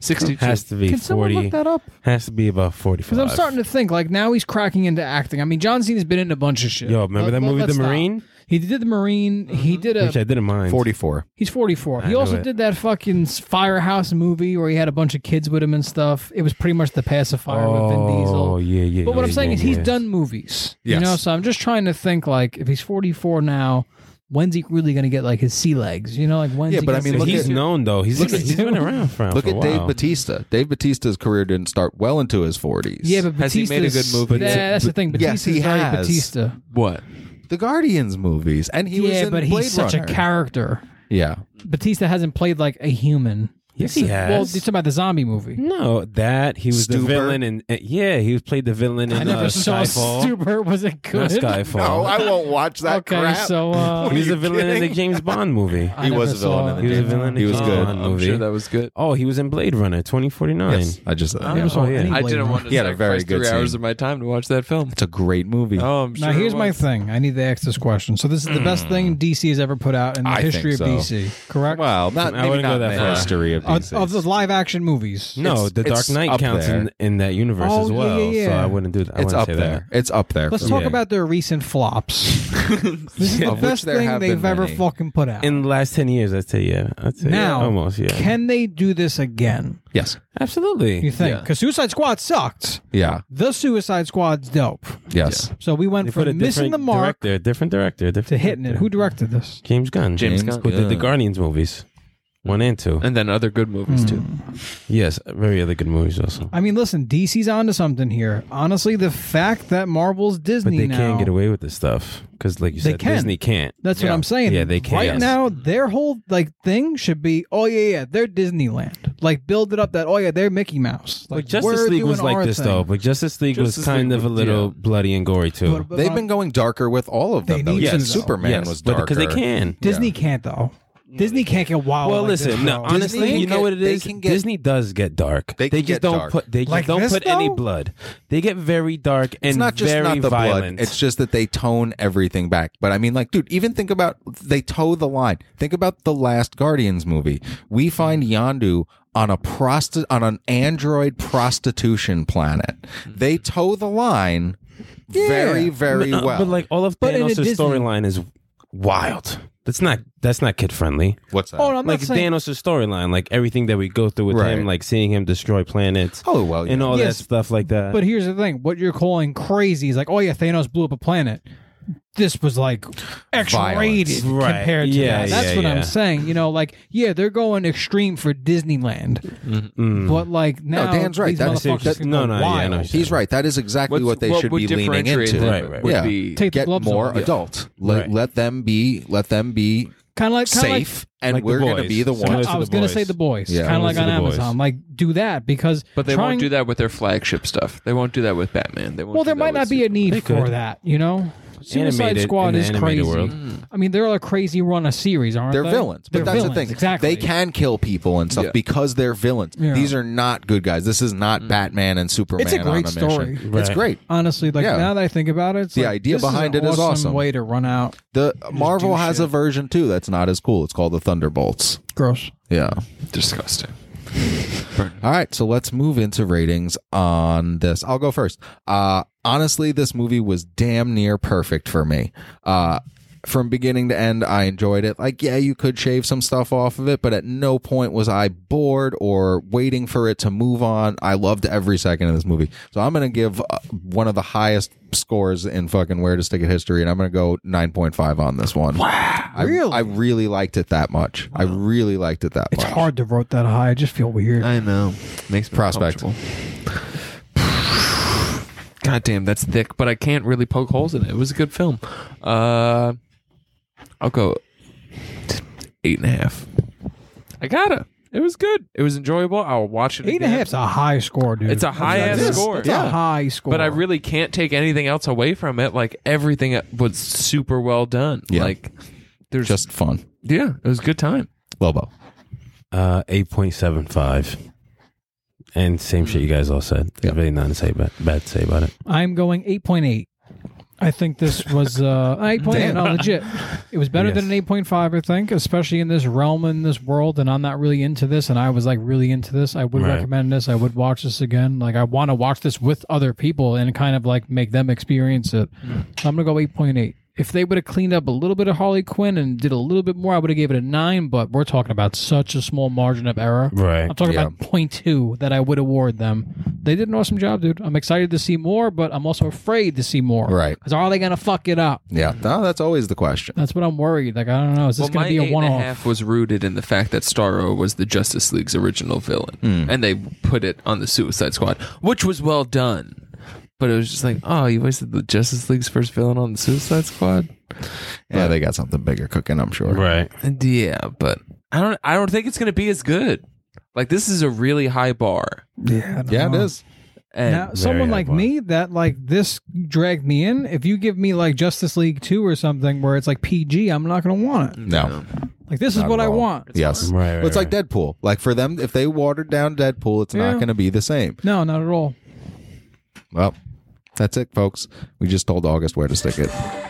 B: Sixty two.
D: Has to be
C: Can someone
D: forty.
C: look that up?
D: Has to be about forty five.
C: Because I'm starting to think like now he's cracking into acting. I mean, John Cena's been in a bunch of shit.
D: Yo, remember
C: Let- let-
D: that movie
C: let's
D: The
C: stop.
D: Marine?
C: He did the Marine. He
A: Mm-hmm.
C: did a.
D: Which I didn't mind.
A: forty four.
C: he's 44. he
D: knew
C: also
D: it.
C: did that fucking firehouse movie where he had a bunch of kids with him and stuff. It was pretty much the pacifier with Vin
D: Oh
C: Diesel.
D: yeah, yeah.
C: But what
D: yeah,
C: I'm saying
D: yeah,
C: is he's
D: yeah.
C: done movies.
A: Yes.
C: You know, so I'm just trying to think like if he's 44 now, when's he really going to get like his sea legs? You know, like when's
A: Yeah,
C: he
A: but I
C: gonna
A: mean,
C: get-
A: look
D: he's
A: at-
D: known though. He's,
C: Look
D: look
C: at-
D: he's been around for
A: Look
D: for a
A: at Dave
D: while.
A: Batista. Dave Batista's career didn't start well into his forties.
C: yeah, but
B: Has he
C: Batista's,
B: made a good movie?
C: Yeah, that's the thing.
A: Yes,
C: Batista's
A: he
C: very
A: has.
C: Batista.
B: What?
A: the Guardians movies, and he was
C: yeah,
A: in
C: but
A: Blade
C: he's such a
A: Runner.
C: character.
A: Yeah,
C: Batista hasn't played like a human.
D: Yes, he has.
C: Well, you're talking about the zombie movie.
D: No, that he was
A: Stuber.
D: the villain, and yeah, he was played the villain in
C: I never
D: uh,
C: saw
D: Skyfall.
C: Stuber. Was it good?
D: Not Skyfall.
A: won't watch
C: okay, so uh,
A: What are
D: He's
A: you
D: a villain in the
A: kidding?
D: James Bond movie.
C: I
A: He was
C: never
A: a villain
C: saw
A: in the
C: it.
D: He was a villain. in
A: He was
D: James
A: good.
D: Bond
B: Oh, I'm
D: movie.
B: sure that was good.
D: oh, he was in Blade Runner 2049.
A: Yes, I just
C: I never
A: yeah.
C: saw
D: Oh,
C: any
D: yeah.
B: I
C: Blade
B: didn't
C: Runner.
B: want to
A: He had a very
B: sacrifice
A: good
B: three hours
A: scene.
B: of my time to watch that film.
A: It's a great movie.
B: Oh, I'm sure.
C: Now
B: it
C: here's my
B: was.
C: thing. I need to ask this question. So this is
D: Hmm.
C: the best thing DC has ever put out in the
A: I think
C: history of
A: so.
C: DC, correct?
A: Well, not
D: I
A: maybe
D: wouldn't go
A: not
D: that
A: in the
D: far.
A: history of DC.
D: these
C: of, of
D: days.
C: the live action movies.
D: no,
A: It's-
D: The Dark
A: it's
D: Knight
A: up
D: counts
A: there.
D: in, in that universe
C: Oh,
D: as
C: yeah,
D: well.
C: yeah,
D: So
C: yeah.
D: I wouldn't do that. I
A: it's
D: wouldn't
A: up
D: say
A: there. It's up there.
C: Let's
A: for
C: talk
A: me.
D: Yeah.
C: about their recent flops. this is
A: Yeah.
C: the
A: Of which
C: best
A: there
C: thing
A: have been
C: they've ever
A: many.
C: fucking put out.
D: that. In the last ten years, I'd say yeah. I'd say yeah,
C: Now,
D: almost yeah.
C: Can they do this again?
A: yes.
C: You
D: Absolutely.
C: think?
B: Yeah.
C: Because Suicide Squad sucked.
A: Yeah.
C: The Suicide Squad's dope.
A: Yes.
C: So we went
D: They put a
C: from missing
D: different
C: the mark
D: director, different director, different
C: to hitting it.
D: director.
C: Who directed this?
D: James Gunn.
B: James
A: James
B: Gunn.
D: who did the
A: Gunn.
D: Guardians movies, one and two.
B: And then other good movies too.
C: Hmm.
D: Yes, very other good movies also.
C: I mean, listen, DC's onto something here. Honestly, the fact that Marvel's Disney
D: But they
C: now,
D: can't get away with this stuff because, like you
C: They
D: said,
C: can.
D: Disney can't.
C: That's what
A: Yeah.
C: I'm saying.
D: Yeah, they can.
C: Right
D: Yes.
C: now, their whole like thing should be, oh yeah, yeah, they're Disneyland. Like build it up that, oh yeah, they're Mickey Mouse. Like
D: But Justice
C: we're
D: League was
C: doing
D: like
C: our
D: this
C: thing.
D: though. But Justice League was
B: Justice
D: kind
B: League
D: of a
B: was-
D: little
B: yeah.
D: bloody and gory too.
C: But- but
A: They've
C: I'm-
A: been going darker with all of
C: They
A: them. Though.
C: need
A: Even
D: to, though.
A: Superman
D: yes,
A: was
D: but
A: darker.
D: because they can.
C: Disney can't though. Disney can't get wild.
D: Well,
C: like this,
D: listen. No,
C: bro.
D: honestly,
A: Disney
D: you know
A: can
D: what it
A: get- they
D: is.
A: can get-
D: Disney does get dark.
A: They can
D: just
A: get
D: don't
A: dark.
D: put. They
C: Like
D: just don't
C: this,
D: put any
C: though?
D: blood. They get very dark and
A: It's not just
D: very
A: not the
D: violent.
A: blood. It's just that they tone everything back. But I mean, like, dude, even think about they toe the line. Think about the last Guardians movie. We find Yandu on a prosti- on an android prostitution planet. They toe the line very, very
D: No,
A: well.
D: But like all of
C: But in a
D: Thanos'
C: Disney-
D: storyline is wild. That's not. That's not kid friendly.
A: what's that?
C: Oh, no, I'm
D: like
C: not saying.
D: Thanos' storyline, like everything that we go through with
A: Right.
D: him, like seeing him destroy planets
A: oh well, yeah.
D: and all
C: Yes,
D: that stuff like that.
C: but here's the thing: what you're calling crazy is like, oh yeah, Thanos blew up a planet. This was like X-rated
D: Right.
C: compared to
D: Yeah,
C: that. That's
D: yeah,
C: what
D: yeah.
C: I'm saying. You know, like yeah, they're going extreme for Disneyland,
D: Mm.
C: but like now
A: Dan's right.
C: These
A: That-
C: motherfuckers
D: that-
C: can
D: no,
C: go
D: no, yeah, I
C: wild.
D: know.
A: He's right. That is exactly what
B: What's-
A: they should
B: would
A: be leaning
B: differentiate
A: into.
B: them
D: Right, right.
B: Would
A: Yeah.
B: be
C: Take the
A: Get
C: gloves
A: more
C: off.
A: adult. Let,
D: Right.
A: let them be. Let them be
C: Kind of like kinda like-
A: safe, and
D: like the
A: we're going
D: boys.
A: to be the
D: Similar
A: ones.
D: to
C: I
D: The
C: was gonna
D: Boys.
C: say the boys,
A: Yeah.
C: kind of like
D: Similar
C: on
D: to The Boys.
C: Amazon. Like do that because
B: But they
C: trying,
B: won't do that with their flagship stuff. They won't do that with Batman. They won't
C: Well,
B: do
C: there
B: that
C: might
B: with
C: not be a
B: Superman.
C: need
D: They could.
C: for that. You know, Suicide
D: Animated- in
C: Squad
D: the
C: is
D: animated
C: crazy.
D: world.
C: I mean, they're a crazy run of series, aren't
A: They're
C: they?
A: villains, but
C: They're
A: that's
C: villains,
A: the thing.
C: Exactly.
A: They can kill people and stuff
B: Yeah.
A: because they're villains.
C: Yeah. Mm.
A: These are not good guys. This is not Batman and Superman.
C: It's a great
A: on a mission.
C: story.
A: It's
D: Right.
A: great.
C: Honestly, like
A: Yeah.
C: now that I think about it, it's
A: The
C: like,
A: idea
C: this
A: behind
C: is an
A: it is
C: awesome,
A: awesome.
C: way to run out.
A: The Marvel
C: do
A: has
C: shit.
A: a version too that's not as cool. It's called the Thunderbolts.
C: Gross.
A: Yeah.
B: disgusting.
A: All right, so let's move into ratings on this. I'll go first. Uh, honestly, this movie was damn near perfect for me. Uh, from beginning to end, I enjoyed it. Like, yeah, you could shave some stuff off of it, but at no point was I bored or waiting for it to move on. I loved every second of this movie. So I'm going to give uh, one of the highest scores in fucking Where to Stick It history, and I'm going to go 9.5 on this one. Wow. I,
C: Really?
A: I really liked it that much. I really liked it that
C: It's
A: much.
C: hard to vote that high. I just feel weird.
B: I know. Makes me
A: Prospect.
B: uncomfortable. God damn, that's thick, but I can't really poke holes in it. It was a good film. Uh, I'll go eight and a half. I gotta. It was good. It was enjoyable. I'll watch it.
C: Eight and a
B: again.
C: half's a high score, dude.
B: It's a high
C: That's-
B: ass score.
C: That's a high score.
B: But I really can't take anything else away from it. Like everything was super well done.
A: Yeah.
B: Like there's just
A: Just fun.
B: yeah, it was a good time.
A: Lobo.
D: Uh, eight point seven five. And same shit you guys all said. There's really nothing to say about, bad to say about it.
C: I'm going 8.8. I think this was uh, 8.8. No, legit. It was better than an 8.5, I think, especially in this realm, in this world. And I'm not really into this. And I was like really into this. I would
D: Right.
C: recommend this. I would watch this again. Like, I want to watch this with other people and kind of like make them experience it.
D: Mm.
C: So I'm going to go 8.8. If they would have cleaned up a little bit of Harley Quinn and did a little bit more, I would have gave it a nine. But we're talking about such a small margin of error.
D: Right.
C: I'm talking
A: Yeah.
C: about point two that I would award them. They did an awesome job, dude. I'm excited to see more, but I'm also afraid to see more.
A: Right.
C: Because are they gonna fuck it up?
A: Yeah, no, that's always the question.
C: That's what I'm worried. Like I don't know. Is this
B: well,
C: gonna
B: my
C: be
B: eight
C: a
B: and
C: one off?
B: half was rooted in the fact that Starro was the Justice League's original villain, and they put it on the Suicide Squad, which was well done. But it was just like, oh, you wasted the Justice League's first villain on the Suicide Squad.
A: Yeah, they got something bigger cooking, I'm sure.
D: Right.
B: And yeah, but I don't, I don't think it's gonna be as good. Like this is a really high bar,
C: Yeah.
A: Yeah, it is.
B: and
C: Now, someone
D: high
C: like
D: bar.
C: me that like this dragged me in. If you give me like Justice League two or something where it's like PG, I'm not gonna want it.
A: No,
C: Like this is
A: not
C: what
A: at
C: I
A: all.
C: want.
A: yes,
D: fine. Right, right,
A: it's like Deadpool. Like for them, if they watered down Deadpool, it's
C: Yeah.
A: not going to be the same.
C: No, not at all.
A: Well, that's it, folks. We just told August where to stick it.